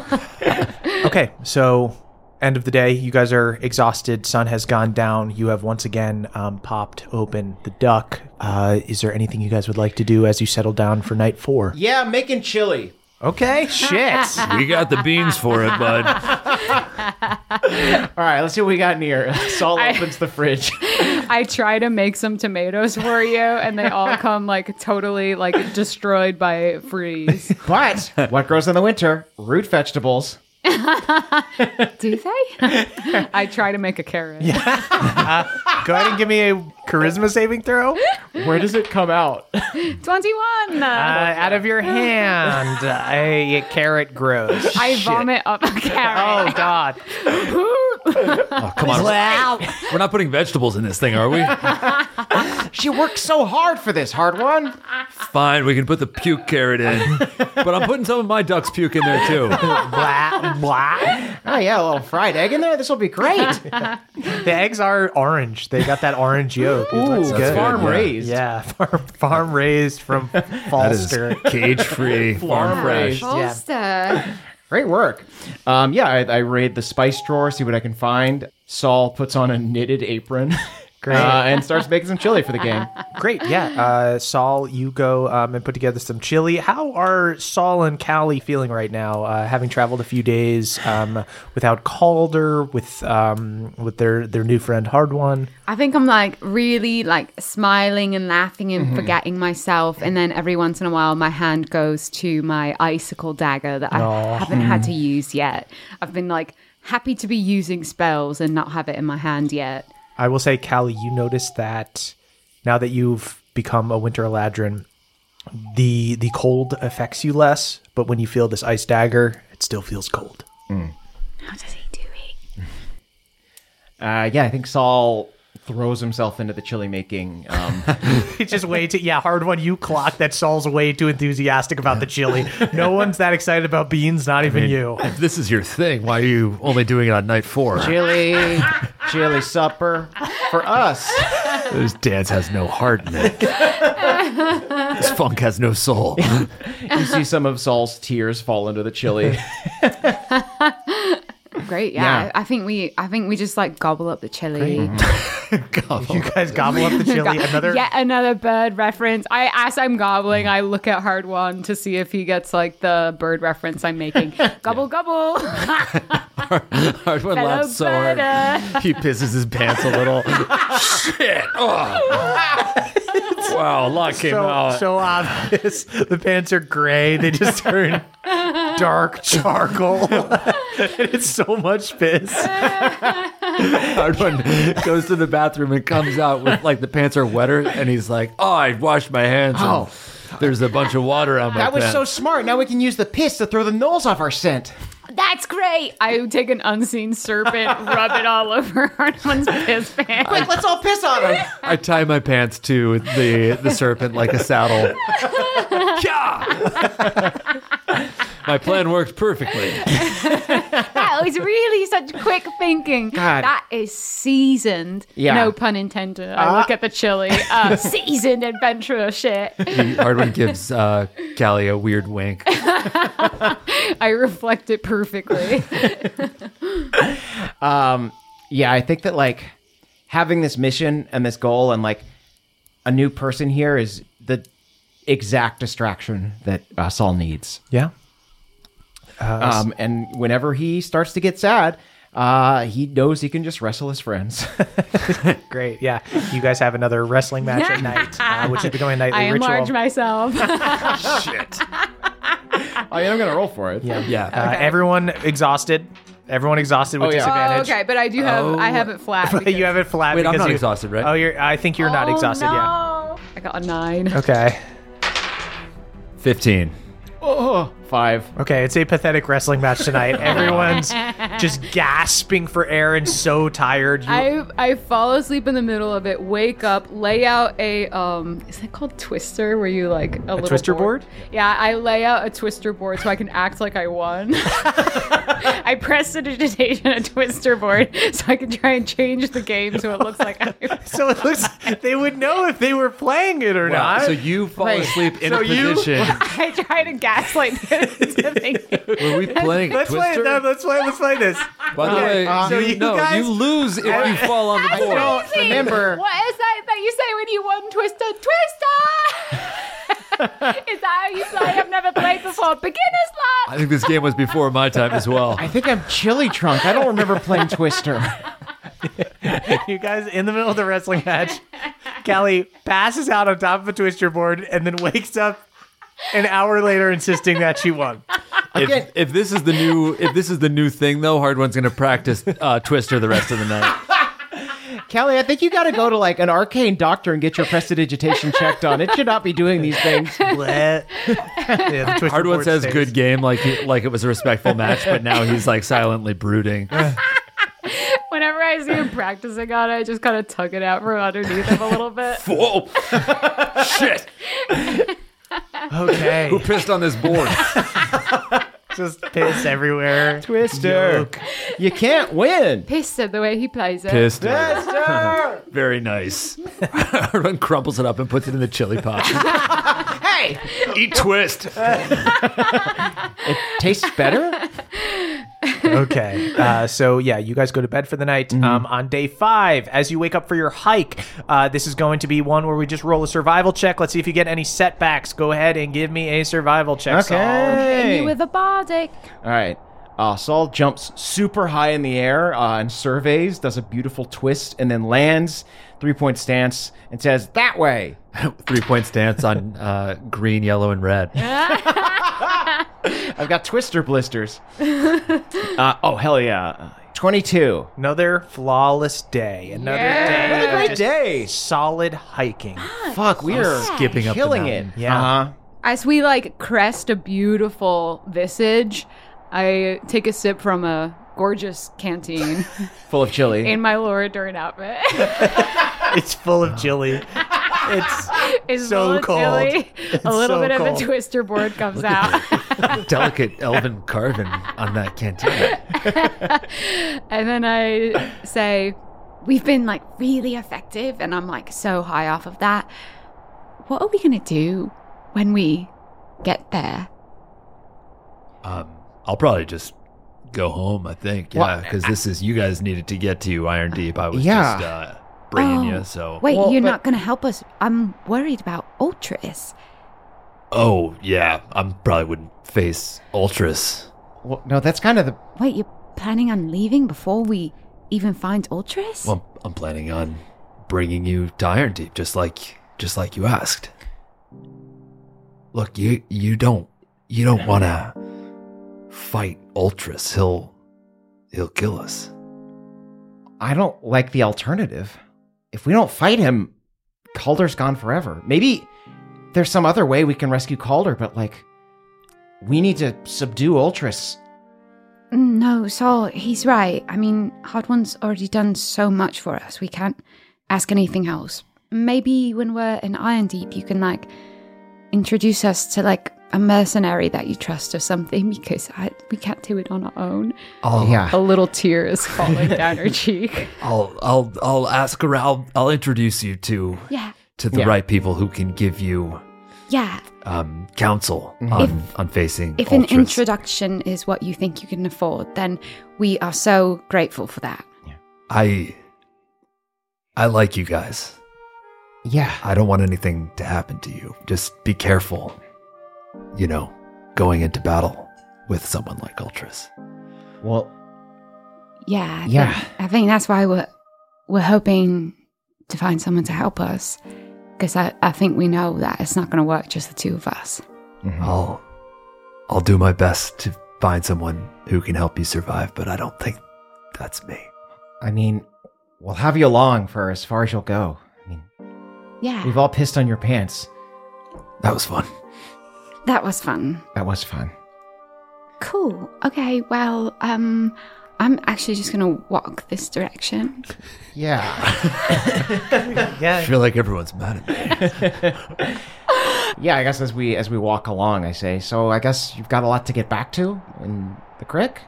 B: Okay, so end of the day, you guys are exhausted. Sun has gone down. You have once again um, popped open the duck. Uh, is there anything you guys would like to do as you settle down for night four?
H: yeah, I'm making chili.
B: Okay, shit.
C: We got the beans for it, bud.
H: All right, let's see what we got in here. Saul opens the fridge.
D: I try to make some tomatoes for you, and they all come like totally like destroyed by freeze.
H: But what grows in the winter? Root vegetables.
D: Do they? I try to make a carrot.
B: Go ahead and give me a charisma saving throw.
H: Where does it come out?
D: Twenty-one.
B: Uh, out of your hand, a carrot grows.
D: I
B: Shit.
D: vomit up a
B: Oh
D: carrot.
B: God!
C: Oh, come on. We're not putting vegetables in this thing, are we?
H: She worked so hard for this hard one.
C: Fine, we can put the puke carrot in. But I'm putting some of my duck's puke in there, too.
B: blah blah.
H: Oh yeah, a little fried egg in there. This will be great.
B: The eggs are orange. They got that orange yolk. Ooh,
H: Ooh, farm
C: yeah.
H: raised.
B: Yeah, farm, farm raised from
C: That is
B: Falster.
C: cage free, farm fresh.
H: Great work. Um, yeah, I, I raid the spice drawer, see what I can find. Saul puts on a knitted apron
B: Great.
H: uh, and starts making some chili for the game.
B: Great, yeah. Uh, Saul, you go um, and put together some chili. How are Saul and Callie feeling right now, uh, having traveled a few days um, without Calder, with um, with their, their new friend Hard One?
F: I think I'm like really like smiling and laughing and forgetting myself. And then every once in a while, my hand goes to my icicle dagger that I haven't had to use yet. I've been like happy to be using spells and not have it in my hand yet.
B: I will say, Callie, you notice that now that you've become a Winter Eladrin, the, the cold affects you less, but when you feel this ice dagger, it still feels cold.
F: How does he do it?
H: Uh, yeah, I think Saul throws himself into the chili making. Um,
B: It's just way too yeah, hard one. You clock that Saul's way too enthusiastic about the chili. No one's that excited about beans, not even you.
C: If this is your thing, why are you only doing it on night four?
H: chili, chili supper for us.
C: This dance has no heart in it. this funk has no soul.
H: You see some of Saul's tears fall into the chili.
F: Great, yeah.
H: Yeah.
F: I I think we, I think we just like gobble up the chili.
C: Mm-hmm.
B: You guys gobble up the chili. Another
D: Yet another bird reference. I as I'm gobbling, I look at Hard One to see if he gets like the bird reference I'm making. gobble gobble.
C: Hard one laughed so hard. He pisses his pants a little. Shit. Oh. Wow, a lot came
B: so,
C: out.
B: so obvious. The pants are gray. They just turn dark charcoal. it's so much piss.
C: Hard one goes to the bathroom and comes out with like the pants are wetter, and he's like, "Oh, I washed my hands. and
H: Oh.
C: there's a bunch of water on my
H: That was
C: pants."
H: so smart. Now we can use the piss to throw the knolls off our scent.
D: That's great. I take an unseen serpent, rub it all over Hard One's piss pants.
H: Quick, let's all piss on them.
C: I tie my pants to the the serpent like a saddle. Yeah! my plan worked perfectly.
D: that was really such quick thinking.
H: God.
D: That is seasoned.
H: Yeah.
D: No pun intended. I look at the chili. Uh, seasoned adventurer shit.
C: Hardwin gives uh, Callie a weird wink.
D: I reflect it perfectly.
H: yeah, I think that like having this mission and this goal and like a new person here is the exact distraction that uh, Saul needs.
B: Yeah.
H: Um, and whenever he starts to get sad, uh, he knows he can just wrestle his friends.
B: Great. Yeah. You guys have another wrestling match at night, uh, which is becoming a nightly
D: I
B: ritual.
D: enlarge myself.
H: I am gonna roll for it. Oh, Yeah.
C: Yeah.
B: Uh, Everyone exhausted. Everyone exhausted with
D: Oh, yeah.
B: disadvantage.
D: Oh, okay, but I do have- I have it flat
B: you have it flat.
D: Wait, I'm
B: because
D: not
B: you-
C: exhausted, right?
B: Oh, you're. I think you're not
D: Oh,
B: exhausted. Yeah.
D: I got a nine.
B: Okay.
C: 15.
B: Oh, five. Okay, it's a pathetic wrestling match tonight. Everyone's just gasping for air and so tired. You-
D: I I fall asleep in the middle of it, wake up, lay out a um is that called twister where you like a, little
B: twister board?
D: Yeah, I lay out a twister board so I can act like I won. I press the digitation a twister board so I can try and change the game so it looks like I
B: So it looks they would know if they were playing it or
C: Wow,
B: not.
C: so you fall asleep in a
B: So you-
C: position.
D: I try to gaslight them into thinking.
C: Were we playing a
B: Let's play, it,
C: twister?
B: no, let's play. Let's play this.
C: By the way, you- no, you lose if you fall on the
B: I
C: board.
B: don't
C: Amazing.
B: remember.
T: What is that that you say when you won Twister? Twister! is that how you play? I've never played before. Beginner's luck!
C: I think this game was before my time as well.
H: I think I'm chili drunk. I don't remember playing Twister.
B: you guys in the middle of the wrestling match. Callie passes out on top of a twister board and then wakes up an hour later insisting that she won.
C: If, if this is the new if this is the new thing though, Hard One's gonna practice uh, Twister the rest of the night.
H: Kelly, I think you got to go to like an arcane doctor and get your prestidigitation checked on. It should not be doing these things.
B: yeah,
H: Twister
C: Hard One
H: board
C: says
H: stays.
C: good game like he, like it was a respectful match, but now he's like silently brooding.
T: Whenever I see him practicing on it, I just kind of tug it out from underneath him a little bit.
C: Whoa! Shit!
B: Okay.
C: Who pissed on this board?
B: Just piss everywhere.
H: Twister. You can't win.
T: Pissed at the way he plays it.
C: Pissed. Very nice. Hard One crumples it up and puts it in the chili pot.
T: hey!
C: Eat twist.
B: It
H: tastes better.
B: okay. Uh, so yeah, you guys go to bed for the night.
C: Mm-hmm.
B: Um, on day five, as you wake up for your hike, uh, this is going to be one where we just roll a survival check. Let's see if you get any setbacks. Go ahead and give me a survival check.
H: Okay.
T: You with a bardic.
H: All right. Uh, Saul jumps super high in the air uh, and surveys, does a beautiful twist, and then lands, three point stance, and says, That way.
C: Three point stance on uh, green, yellow, and red.
H: I've got twister blisters. Uh, oh, hell yeah. 22.
B: Another flawless day. Another day.
H: Another
B: of
H: great
B: just
H: day.
B: Solid hiking.
H: Fuck, we
B: I'm
H: are
B: skipping up the
H: killing it.
B: mountain. Yeah.
H: Uh-huh.
D: As we like crest a beautiful visage, I take a sip from a gorgeous canteen
H: Full of chili.
T: In my Laura Dern outfit.
B: it's full of chili. It's
T: It's
B: So
T: voluntarily-
B: cold.
T: A little
B: It's so
T: bit
B: cold.
T: of a twister board comes out.
C: Delicate elven carving on that cantina.
D: and then I say,
F: We've been like really effective, and I'm like so high off of that. What are we gonna do when we get there?
C: Um, I'll probably just go home. I think, yeah,
F: Well,
C: because this is you guys needed to get to Iron Deep. I was
F: Yeah.
C: just uh, bringing
F: Oh,
C: you. So
F: Wait, you're not going to help us. I'm worried about Ultras.
C: Oh yeah, I'm probably wouldn't face Ultras.
H: Well, no, that's kind of the.
F: Wait, you're planning on leaving before we even find Ultras?
C: Well, I'm planning on bringing you to Iron Deep, just like just like you asked. Look, you you don't you don't want to fight Ultras. He'll he'll kill us.
H: I don't like the alternative. If we don't fight him, Calder's gone forever. Maybe there's some other way we can rescue Calder, but like, we need to subdue Ultras.
F: No, Saul, he's right. I mean, Hard One's already done so much for us. We can't ask anything else. Maybe when we're in Iron Deep, you can, like, introduce us to, like, a mercenary that you trust or something because I, we can't do it on our own.
C: Oh
H: yeah.
D: a little tear is falling down her cheek.
C: I'll I'll I'll ask around. I'll, I'll introduce you to
F: Yeah.
C: to the
F: Yeah.
C: right people who can give you
F: Yeah.
C: um, counsel
F: Mhm.
C: on,
F: If-
C: on facing
F: If
C: Ultras.
F: an introduction is what you think you can afford, then we are so grateful for that.
C: I I like you guys.
H: Yeah.
C: I don't want anything to happen to you. Just be careful. You know, going into battle with someone like Ultras.
H: Well,
F: Yeah. I
C: Yeah.
F: Think, I think that's why we're we're hoping to find someone to help us because I, I think we know that it's not going to work just the two of us.
C: I'll I'll do my best to find someone who can help you survive, but I don't think that's me.
H: I mean, we'll have you along for as far as you'll go. I mean,
F: Yeah.
H: we've all pissed on your pants.
C: That was fun.
F: That was fun.
H: That was fun.
F: Cool. Okay. Well, um, I'm actually just gonna walk this direction.
C: Yeah.
H: Yeah.
C: I feel like everyone's mad at me.
H: Yeah, I guess as we as we walk along, I say. So I guess you've got a lot to get back to in the crick.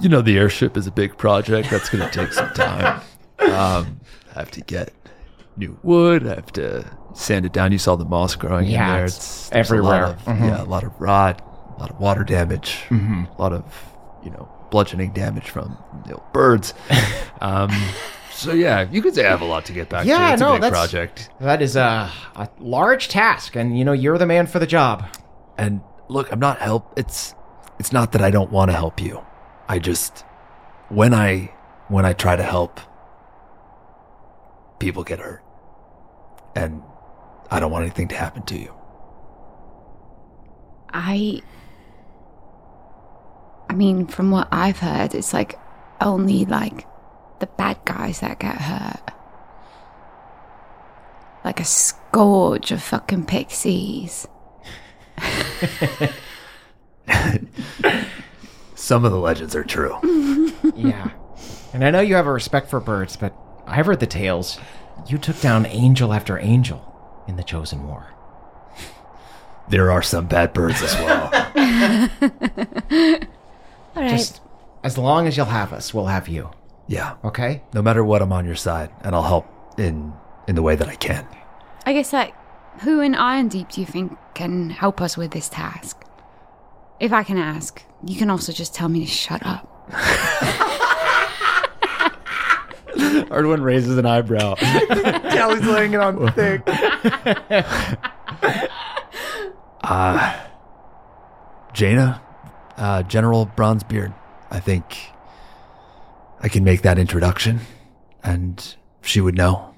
O: You know, the airship is a big project. That's going to take some time. Um, I have to get new wood. I have to sand it down. You saw the moss growing
H: Yeah,
O: in there.
H: it's
O: there's a lot
H: everywhere.
O: of-
H: Mhm.
O: Yeah, a lot of rot, a lot of water damage,
H: Mm-hmm.
C: Mhm.
O: a lot of, you know, bludgeoning damage from you know, birds. um, so, yeah, you could say I have a lot to get back to.
H: yeah,
O: It's
H: no,
O: a big
H: that's
O: project.
H: That is a, a large task, and you know you're the man for the job.
C: And look, I'm not help. It's it's not that I don't want to help you. I just when I when I try to help, people get hurt, and I don't want anything to happen to you.
F: I. I mean, from what I've heard, it's like only like the bad guys that get hurt. Like a scourge of fucking pixies.
C: Some of the legends are true.
H: yeah, and I know you have a respect for birds, but I've heard the tales. You took down angel after angel in the Chosen War.
C: There are some bad birds as well.
F: All right.
H: Just as long as you'll have us, we'll have you.
C: yeah.
H: Okay.
C: No matter what, I'm on your side, and I'll help in in the way that I can.
F: I guess like, who in Iron Deep do you think can help us with this task? If I can ask, you can also just tell me to shut up.
O: Erdwin raises an eyebrow.
B: Kelly's laying it on thick.
C: Uh, Jaina, uh, General Bronzebeard. I think I can make that introduction, and she would know.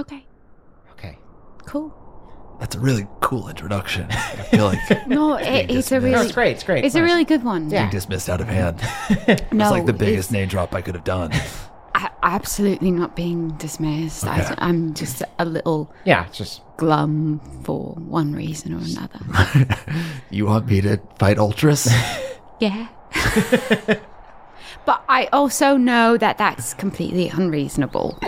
F: Okay.
H: Okay.
F: Cool.
C: That's a really cool introduction. I feel like
F: No, it, it's a
C: dismissed.
F: really
C: No, it's great, it's great,
F: It's a
C: nice.
F: really good one.
C: being dismissed out of hand.
F: No,
C: it's like the biggest
F: it's-
C: name drop I could have done.
F: I, absolutely not being dismissed.
C: Okay.
F: I, am just a little
H: Yeah, it's just
F: glum for one reason or another.
C: You want me to fight Ultras?
F: Yeah. but I also know that that's completely unreasonable.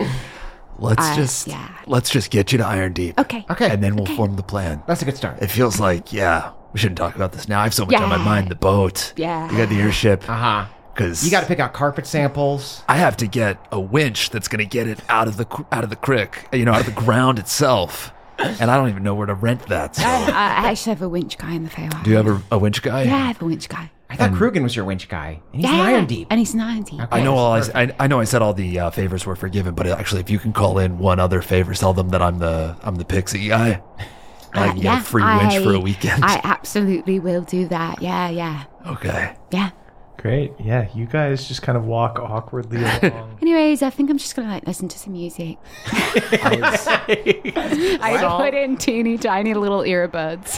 C: Let's
F: Uh,
C: just
F: yeah.
C: let's just get you to Iron Deep.
F: Okay.
H: Okay.
C: And then we'll form the plan.
H: That's a good start.
C: It feels like yeah, we shouldn't talk about this now. I have so much on my
H: Yeah.
C: mind. The boat.
H: Yeah.
C: We got the airship. Uh
H: huh.
C: Because
H: You got to pick out carpet samples.
C: I have to get a winch that's going to get it out of the cr- out of the crick, you know, out of the ground itself. And I don't even know where to rent that.
F: I, I actually have a winch guy in the fair.
C: Do you have a, a winch guy?
F: yeah, I have a winch guy.
H: I thought Krugen was your winch guy. And he's
F: yeah,
H: an iron deep.
F: And he's an iron deep.
C: I know all I, I, I know I said all the uh, favors were forgiven, but actually, if you can call in one other favor, tell them that I'm the I'm the pixie guy. I
F: Uh,
C: can get a free winch for
F: I-
C: a weekend.
F: I absolutely will do that. Yeah, yeah.
C: okay.
F: Yeah.
B: Great. Yeah, you guys just kind of walk awkwardly along.
F: Anyways, I think I'm just gonna like listen to some music.
D: I put in teeny tiny little earbuds.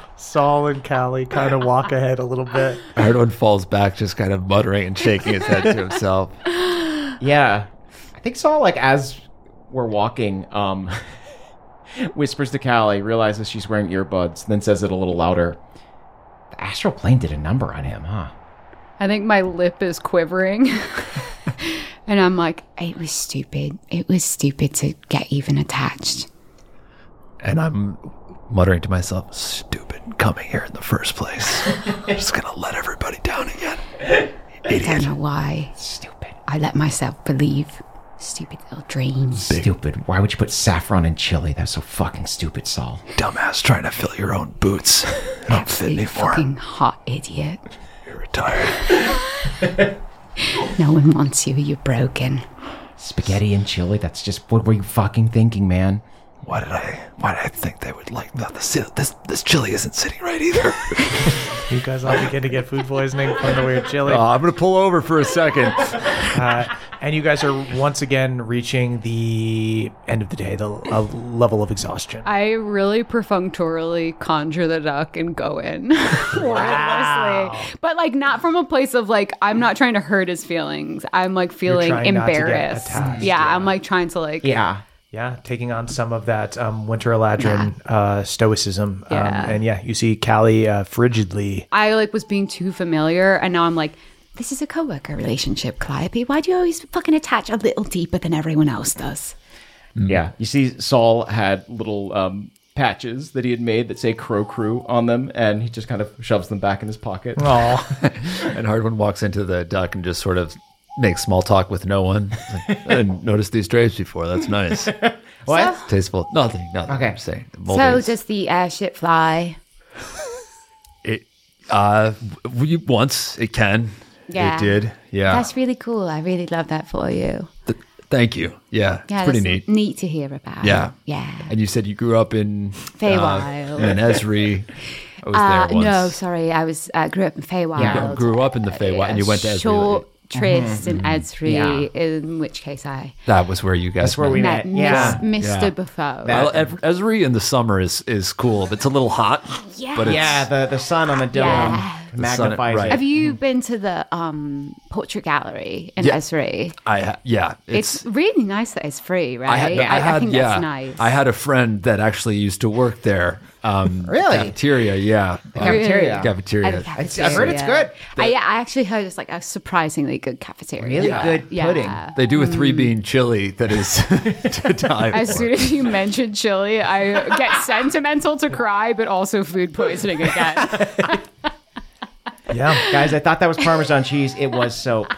B: Saul and Callie kind of walk ahead a little bit.
O: Erdwin falls back, just kind of muttering and shaking his head to himself.
H: Yeah. I think Saul, like, as we're walking, um, whispers to Callie, realizes she's wearing earbuds, then says it a little louder. The astral plane did a number on him, huh?
D: I think my lip is quivering.
F: And I'm like, it was stupid. It was stupid to get even attached.
C: And I'm muttering to myself, "Stupid, coming here in the first place. I'm just gonna let everybody down again."
F: I don't know why.
H: Stupid.
F: I let myself believe stupid little dreams.
H: Stupid. Why would you put saffron in chili? That's so fucking stupid, Saul.
C: Dumbass, trying to fill your own boots. You don't fit
F: You
C: anymore.
F: fucking hot idiot.
C: You're retired.
F: No one wants you. You're broken.
H: Spaghetti and chili? That's just what were you fucking thinking, man?
U: Why did I? Why did I think they would like that? This this, this chili isn't sitting right either.
B: You guys all begin to get food poisoning from the weird chili.
C: Oh, I'm going to pull over for a second.
B: Uh, and you guys are once again reaching the end of the day, the a level of exhaustion.
D: I really perfunctorily conjure the duck and go in wordlessly, but like not from a place of like I'm not trying to hurt his feelings. I'm like feeling
B: trying not to get
D: embarrassed.
B: attached,
D: yeah, I'm like trying to like
B: Yeah, taking on some of that um, winter eladrin uh, stoicism.
D: Yeah.
B: Um, and yeah, you see Callie uh, frigidly
D: I like was being too familiar, and now I'm like
F: This is a coworker relationship, Calliope. Why do you always fucking attach a little deeper than everyone else does?
V: Yeah. You see, Saul had little um, patches that he had made that say Crow Crew on them, and he just kind of shoves them back in his pocket.
C: and Hardwin walks into the duck and just sort of makes small talk with no one. Like, I didn't notice these drapes before. That's nice.
F: What?
C: Tasteful. Nothing. Nothing.
F: Okay.
C: I'm saying.
F: so
C: moldings.
F: does the airship fly?
C: It, uh, w- you, once it can.
F: Yeah.
C: It did. Yeah.
F: That's really cool. I really love that for you.
C: Thank you. Yeah.
F: Yeah,
C: it's pretty neat.
F: that's Neat to hear about.
C: Yeah.
F: Yeah.
C: And you said you grew up in uh,
F: Feywild.
C: in Esri. I was
F: Uh,
C: there once.
F: no, sorry. I was uh, grew up in Feywild.
C: You grew up in the Feywild and you went to Esri.
F: Short tryst
C: Mhm.
F: in Esri, in which case I
C: That was where you guys
F: That's where we met. Met Yeah. Miss- Mr. Buffo.
C: Well, Ev- Esri in the summer is, is cool. It's a little hot.
F: Yeah.
C: But it's,
F: Yeah,
H: the, the sun on the dome
F: Yeah.
H: magnifies it.
F: Have you been to the um, portrait gallery in
C: Mm-hmm. Yeah.
F: Esri?
C: I ha- yeah, it's,
F: It's, really nice that it's free, right?
C: I had, I, had
F: think
C: yeah,
F: that's nice.
C: I had a friend that actually used to work there. Um,
F: Really?
C: Cafeteria, yeah.
F: The cafeteria.
C: Uh, cafeteria.
F: At the cafeteria. I, yeah, I actually heard it's like a surprisingly good cafeteria.
C: Yeah. They do a three bean chili that is to die
D: As
C: for.
D: soon as you mention chili, I get sentimental to cry, but also food poisoning again.
B: Yeah.
H: Guys, I thought that was Parmesan cheese. It was soap.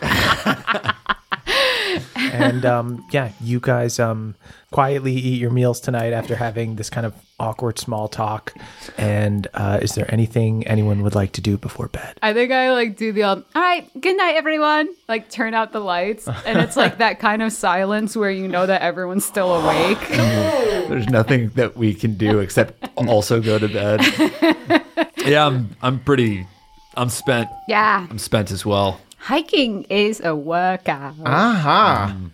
B: and um, yeah, you guys um, quietly eat your meals tonight after having this kind of awkward small talk. And uh, is there anything anyone would like to do before bed?
D: I think I like do the old, all right, good night, everyone. Like turn out the lights. And it's like that kind of silence where you know that everyone's still awake.
C: There's nothing that we can do except also go to bed. yeah, I'm I'm pretty I'm spent.
F: Yeah.
C: I'm spent as well.
F: Hiking is a workout.
H: Aha.
V: Mm.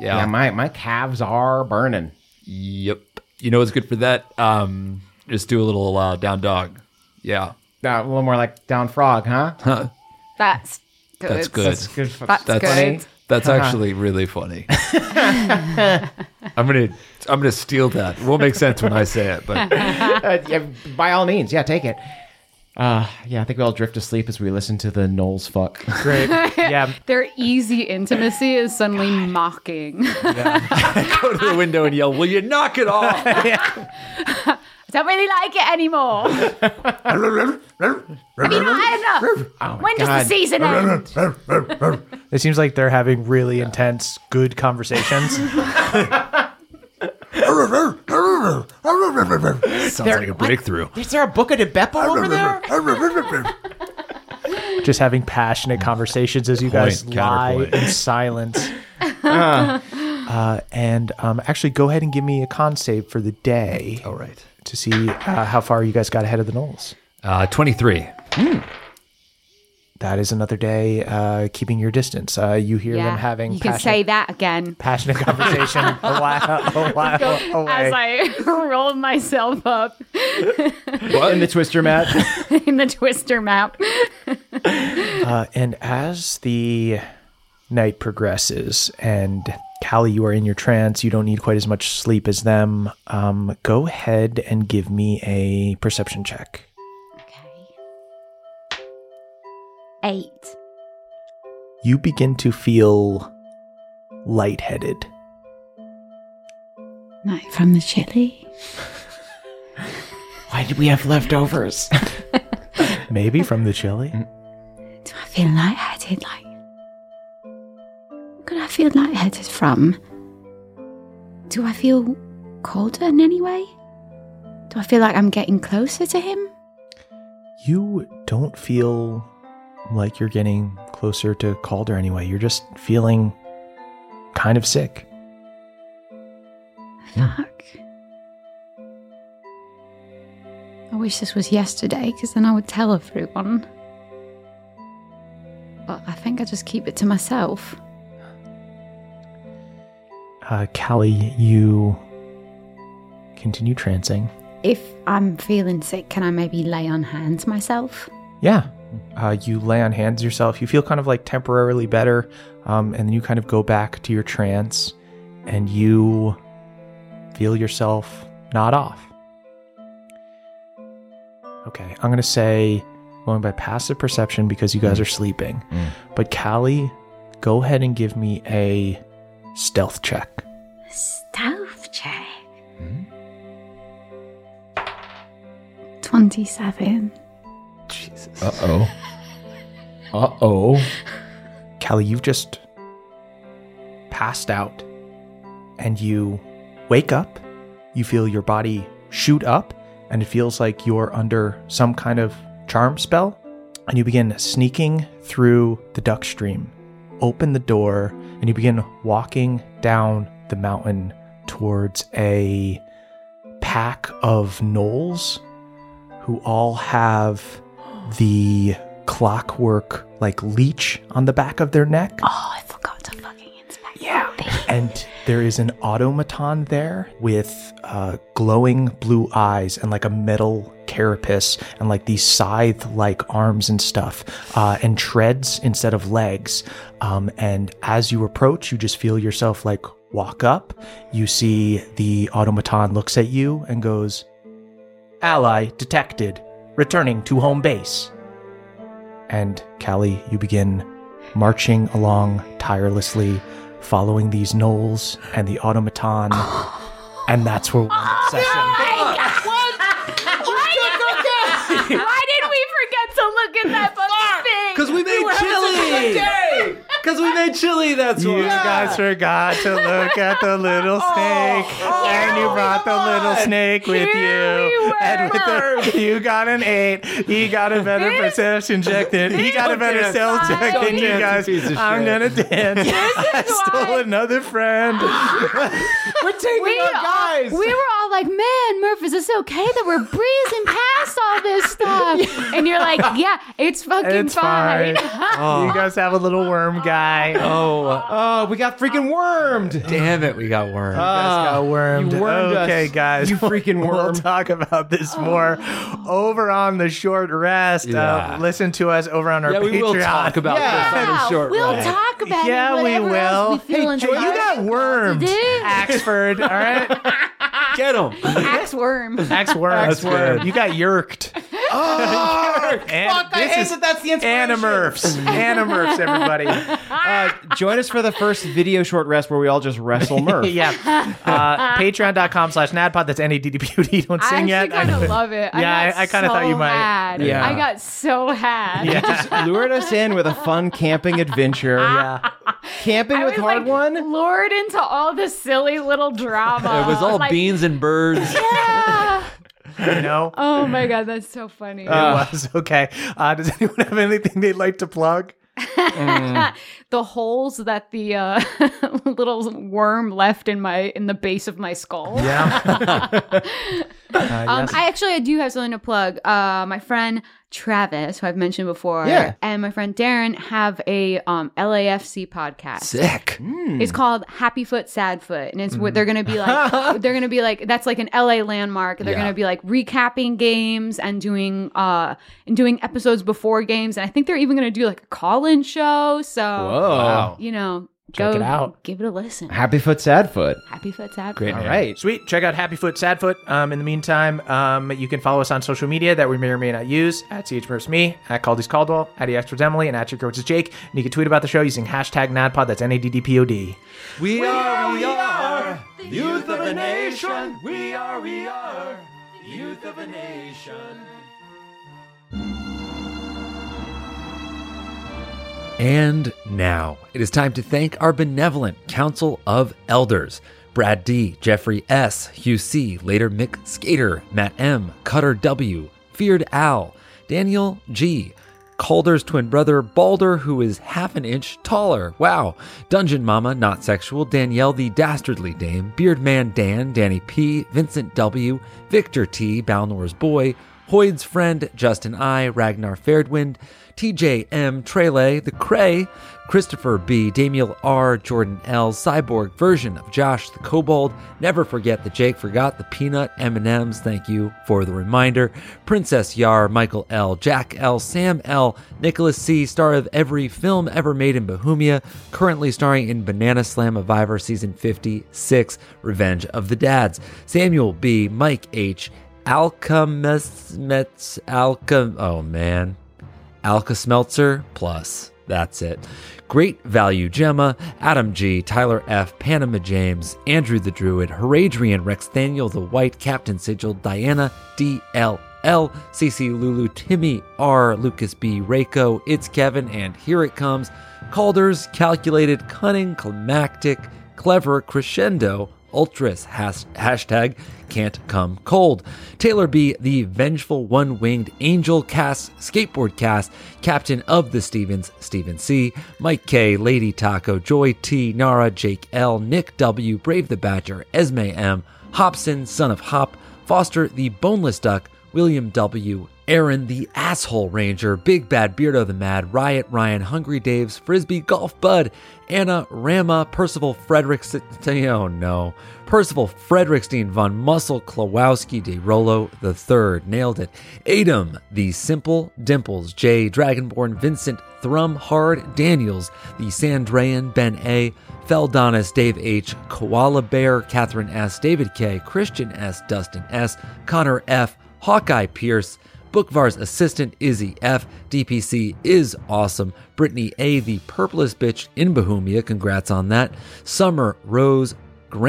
C: Yeah.
H: Uh-huh. yeah, my my calves are burning.
C: Yep. You know what's good for that? Um just do a little uh, down dog. Yeah.
H: Uh, a little more like down frog, huh?
D: That's good.
C: That's good.
H: That's good.
D: That's, good.
C: That's
H: Uh-huh.
C: actually really funny. I'm gonna I'm gonna steal that. It won't make sense when I say it, but
H: Uh, yeah, by all means, yeah, take it. Uh, yeah, I think we all drift to sleep as we listen to the Knowles fuck.
B: Great. Yeah.
D: Their easy intimacy is suddenly mocking.
C: go to the window and yell, "Will you knock it off?"
Q: I don't really like it anymore. Have you not had enough? when does
B: God.
Q: the season end?
B: It seems like they're having really intense, good conversations.
C: Sounds like a breakthrough.
H: Is there a book of Beppo over there?
B: Just having passionate conversations as you guys
C: Point,
B: lie
C: counterpoint.
B: in silence. Uh, and um, actually, go ahead and give me a con save for the day. All
C: right.
B: To see uh, how far you guys got ahead of the Knolls.
C: Uh, 23.
B: That is another day uh, keeping your distance. Uh, you hear them having
F: you
B: passionate,
F: can say that again.
B: passionate conversation a while, a while
D: As
B: away.
D: I roll myself up
H: In the Twister match?
D: in the twister map.
B: Uh, and as the night progresses, and Callie, you are in your trance, you don't need quite as much sleep as them. Um, go ahead and give me a perception check.
F: Eight.
B: You begin to feel lightheaded.
F: Night from the chili.
H: Why did we have leftovers?
B: Maybe from the chili.
F: Do I feel lightheaded? Like, Where could I feel lightheaded from? Do I feel colder in any way? Do I feel like I'm getting closer to him?
B: You don't feel like you're getting closer to Calder anyway. You're just feeling kind of sick.
F: Fuck. wish this was yesterday, because then I would tell everyone. But I think I just keep it to myself.
B: Uh, Callie, you continue trancing.
F: If I'm feeling sick, can I maybe lay on hands myself?
B: Yeah. Uh, you lay on hands yourself. You feel kind of like temporarily better. Um, and then you kind of go back to your trance and you feel yourself nod off. Okay. I'm going to say, going by passive perception because you guys are sleeping. But Callie, go ahead and give me a stealth check.
F: Stealth check. 27.
B: Uh oh. uh oh. Kelly, you've just passed out and you wake up. You feel your body shoot up and it feels like you're under some kind of charm spell. And you begin sneaking through the duck stream, open the door, and you begin walking down the mountain towards a pack of gnolls who all have the clockwork like leech on the back of their neck. Oh, I forgot to fucking inspect. Yeah. and there is an automaton there with uh, glowing blue eyes and like a metal carapace and like these scythe like arms and stuff uh, and treads instead of legs. Um, and as you approach, you just feel yourself like walk up. You see the automaton looks at you and goes, Ally detected. Returning to home base. And Callie, you begin marching along tirelessly, following these knolls and the automaton. and that's where
W: Oh,
I: Why did we forget to look at that fucking thing?
W: Because we made
I: were having such a good
W: chili.
I: day.
W: Because we made chili. That's why.
E: You guys forgot to look at the little
W: Oh,
E: snake, and you brought the little snake with you. and with the, you got an eight. He got a better perception check than he got a better
W: dance.
E: stealth check
W: Don't
E: than you
W: dance,
E: guys.
W: you piece of
E: I'm
W: shit.
E: gonna dance.
W: This
E: I stole another friend.
W: We're taking
E: We
W: our
E: are-
W: guys.
E: we were
F: all like, man, Murph, is this okay that we're breezing past all this stuff? And you're like, yeah, it's fucking
B: It's fine. You guys have a little worm guy.
O: Oh,
B: oh, we got freaking wormed.
O: Damn it, we got wormed.
W: Uh,
E: got Uh, wormed. okay, guys. You freaking worm. We'll talk about this more over on the short rest.
O: Yeah.
E: Uh, listen to us over on our
O: Yeah,
E: Patreon.
O: we will talk about this on the Yeah, short we'll rest.
F: talk about it,
E: yeah, we
F: whatever
E: will.
F: else we feel
E: hey, Joy, you
F: inspired
E: got wormed.
F: do.
E: Axford, all right?
O: Get him.
F: Axe worm.
E: Axe worm.
O: That's good.
E: You got yerked. And
W: Fuck, I
E: this
W: hate
E: is
W: that that's the inspiration.
E: Animorphs. Animorphs, everybody.
X: Uh, join us for the first video short rest where we all just wrestle Murph.
B: yeah. Uh, Patreon.com slash NADPOD. That's N A D D P O D. Don't
D: I
B: sing
D: actually
B: yet.
D: kind of love it. I
B: Yeah,
D: got
B: I- I kinda
D: so
B: thought you might.
D: Had.
X: Yeah.
D: I got so had.
X: You just lured us in with a fun camping adventure.
B: Yeah.
X: Camping
D: I
X: with
D: was
X: hard
D: like
X: one?
D: lured into all this silly little drama.
O: It was all
D: Like,
O: beans and birds.
B: you know?
D: Oh my god, that's so funny.
B: it was. Okay. Uh, does anyone have anything they'd like to plug?
D: the holes that the uh, little worm left in my in the base of my skull.
W: Uh,
D: Um, I actually I do have something to plug. Uh, my friend Travis, who I've mentioned before,
W: Yeah.
D: and my friend Darren have a um, LAFC podcast.
W: Sick.
X: Hmm.
D: It's called Happy Foot Sad Foot, and it's what
W: Mm.
D: they're gonna be like. they're gonna be like that's like an LA landmark. They're
W: Yeah.
D: gonna be like recapping games and doing uh and doing episodes before games, and I think they're even gonna do like a call in show. So
X: Whoa. Wow.
D: you know,
X: Check
D: go
X: it out.
D: give it a listen.
X: Happy foot, sad foot.
D: Happy Foot Sad Foot.
X: All right.
B: Sweet. Check out Happy Foot, Sad Foot. Um, in the meantime, um, you can follow us on social media that we may or may not use at CHMurfsMe, E, at Caldy's Caldwell, at E EXtras Emily, and at your coaches Jake. And you can tweet about the show using hashtag NADPOD. That's N A D D P O D.
O: We are,
W: we are the youth of a nation.
O: We are, we
W: are the youth of a nation.
Q: And now it is time to thank our benevolent Council of Elders Brad D., Jeffrey S., Hugh C., later Mick Skater, Matt M., Cutter W., Feared Al, Daniel G., Calder's twin brother, Balder, who is half an inch taller. Wow. Dungeon Mama, not sexual. Danielle, the dastardly dame. Beard Man Dan, Danny P., Vincent W., Victor T., Balnor's boy.
C: Hoyd's friend, Justin I, Ragnar Fairdwind, TJ M, Trele, The Cray, Christopher B, Damiel R, Jordan L, Cyborg version of Josh the Kobold. Never forget that Jake forgot the peanut M&Ms. Thank you for the reminder. Princess Yar, Michael L, Jack L, Sam L, Nicholas C, star of every film ever made in Bohemia, currently starring in Banana Slam Survivor season 56, Revenge of the Dads. Samuel B, Mike H, Alchemist Mets Alchem Oh man. Alka Smeltzer plus. That's it. Great Value Gemma, Adam G, Tyler F, Panama James, Andrew the Druid, Heradrian, Rex Daniel the White, Captain Sigil, Diana DLL, CC Lulu, Timmy R, Lucas B, Rayco, It's Kevin, and Here It Comes, Calder's Calculated, Cunning, Climactic, Clever, Crescendo, Ultras, has- hashtag can't come cold. Taylor B, the vengeful one winged angel cast, skateboard cast, captain of the Stevens, Steven C, Mike K, Lady Taco, Joy T, Nara, Jake L, Nick W, Brave the Badger, Esme M, Hobson, son of Hop, Foster, the boneless duck, William W. Aaron, the asshole ranger, Big Bad Beardo the Mad, Riot Ryan, Hungry Dave's, Frisbee Golf Bud, Anna Rama, Percival Frederick, oh no, Percival Frederickstein von Muscle, Klawowski de Rolo the Third, nailed it. Adam, the Simple Dimples, J. Dragonborn, Vincent Thrum Hard, Daniels, the Sandrayan, Ben A. Feldonis, Dave H., Koala Bear, Catherine S., David K., Christian S., Dustin S., Connor F., Hawkeye Pierce, Bookvar's assistant Izzy F, DPC is awesome, Brittany A, the purplest bitch in Bohemia, congrats on that, Summer Rose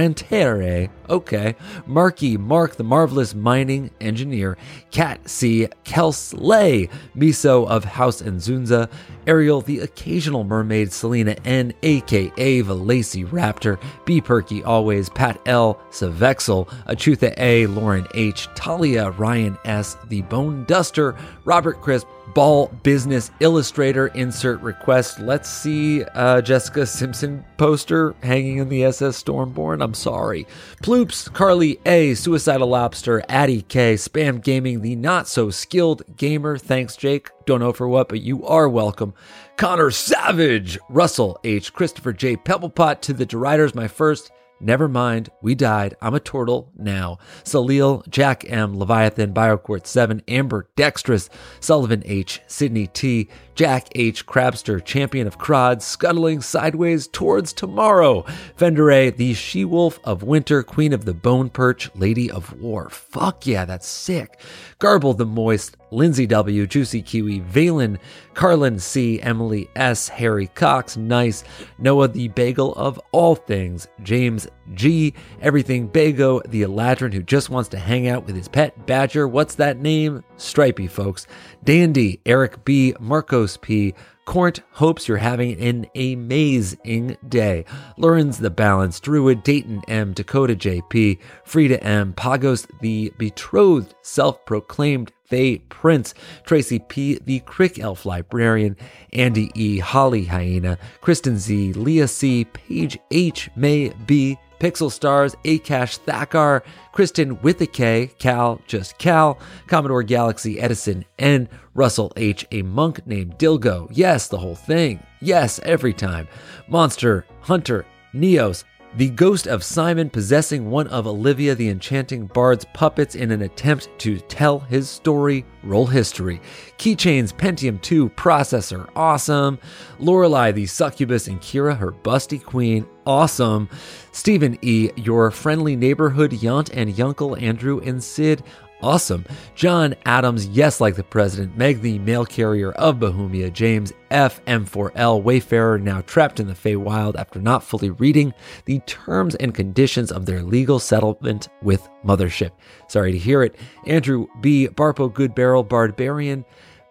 C: Grantere, okay, Marky Mark, the marvelous mining engineer, Cat C, Kelsley, Miso of House and Zunza, Ariel, the occasional mermaid, Selena N, aka Valacy Raptor, B Perky always, Pat L, Savexel, Achutha A, Lauren H, Talia, Ryan S, The Bone Duster, Robert Crisp, Ball Business Illustrator, insert request. Let's see uh, Jessica Simpson poster hanging in the SS Stormborn. I'm sorry. Ploops, Carly A, Suicidal Lobster, Addie K, Spam Gaming, the not so skilled gamer. Thanks, Jake. Don't know for what, but you are welcome. Connor Savage, Russell H, Christopher J, Pebblepot to the deriders. My first. Never mind, we died. I'm a turtle now. Salil, Jack M, Leviathan, Bioquart 7, Amber, Dextrous, Sullivan H, Sydney T, Jack H, Crabster, Champion of Crod, Scuttling Sideways Towards Tomorrow, Fender A, the She Wolf of Winter, Queen of the Bone Perch, Lady of War. Fuck yeah, that's sick. Garble the Moist, Lindsay W, Juicy Kiwi, Valen, Carlin C, Emily S, Harry Cox, Nice, Noah the Bagel of all things, James G, Everything Bago, the Eladrin who just wants to hang out with his pet badger. What's that name? Stripey, folks. Dandy, Eric B, Marcos P, Cornt hopes you're having an amazing day. Lurens the Balance, Druid, Dayton M, Dakota JP, Frida M, Pagos the Betrothed, self proclaimed Fay Prince, Tracy P, the Crick Elf Librarian, Andy E, Holly Hyena, Kristen Z, Leah C, Paige H, May B, Pixel Stars, Akash Thakkar, Kristen with a K, Cal, just Cal, Commodore Galaxy, Edison N, Russell H, a monk named Dilgo, yes, the whole thing, yes, every time, Monster, Hunter, Neos, the ghost of Simon possessing one of Olivia the Enchanting Bard's puppets in an attempt to tell his story, roll history. Keychains Pentium 2 processor, awesome. Lorelei the succubus and Kira her busty queen, awesome. Stephen E., your friendly neighborhood Yant and Yunkle, Andrew and Sid, Awesome. John Adams, yes, like the president. Meg, the mail carrier of Bohemia. James F. M4L, Wayfarer, now trapped in the Feywild after not fully reading the terms and conditions of their legal settlement with Mothership. Sorry to hear it. Andrew B. Barpo Goodbarrel, Barbarian,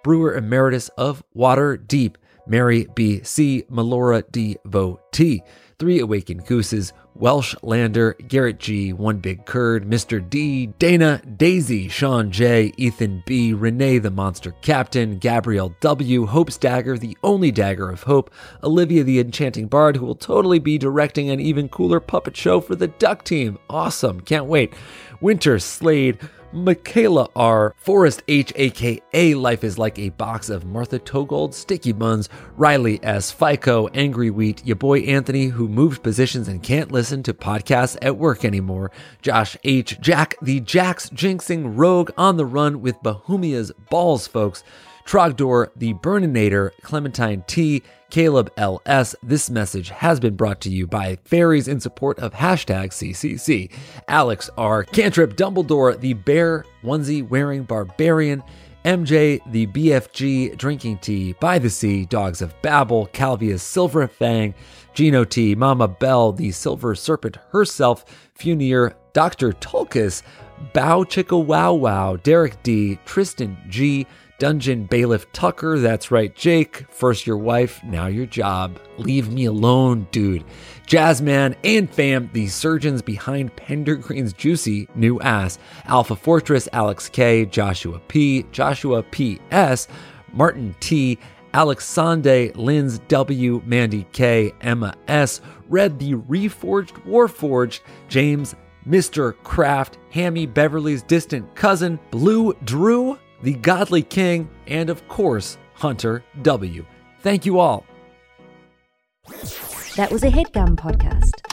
C: Brewer Emeritus of Water Deep. Mary B. C. Melora D. Votee. Three Awakened Gooses, Welsh Lander, Garrett G, One Big Curd, Mr. D, Dana, Daisy, Sean J, Ethan B, Renee the Monster Captain, Gabrielle W, Hope's Dagger, the only dagger of hope, Olivia the Enchanting Bard, who will totally be directing an even cooler puppet show for the Duck Team. Awesome, can't wait. Winter Slade,
Q: Michaela R., Forrest H., aka Life is Like a Box of Martha Togold, Sticky Buns, Riley S., FICO, Angry Wheat, your boy Anthony, who moved positions and can't listen to podcasts at work anymore, Josh H., Jack, the Jacks Jinxing Rogue on the Run with Bahumia's Balls, folks. Trogdor, the Burninator, Clementine T, Caleb LS. This message has been brought to you by fairies in support of hashtag CCC. Alex R, Cantrip Dumbledore, the bear onesie wearing barbarian. MJ, the BFG, Drinking Tea, By the Sea, Dogs of Babel, Calvius Silver Fang, Gino T, Mama Bell, the Silver Serpent herself, Funier, Dr. Tulkus, Bow Chicka Wow Wow, Derek D, Tristan G, Dungeon Bailiff Tucker, that's right, Jake. First your wife, now your job. Leave me alone, dude. Jazzman and fam, the surgeons behind Pendergreen's juicy new ass. Alpha Fortress, Alex K, Joshua P, Joshua PS, Martin T, Alex Sande, Linz W, Mandy K, Emma S, Red the Reforged Warforged, James, Mr. Kraft, Hammy Beverly's distant cousin, Blue Drew, the Godly King, and of course, Hunter W. Thank you all.
Y: That was a headgum podcast.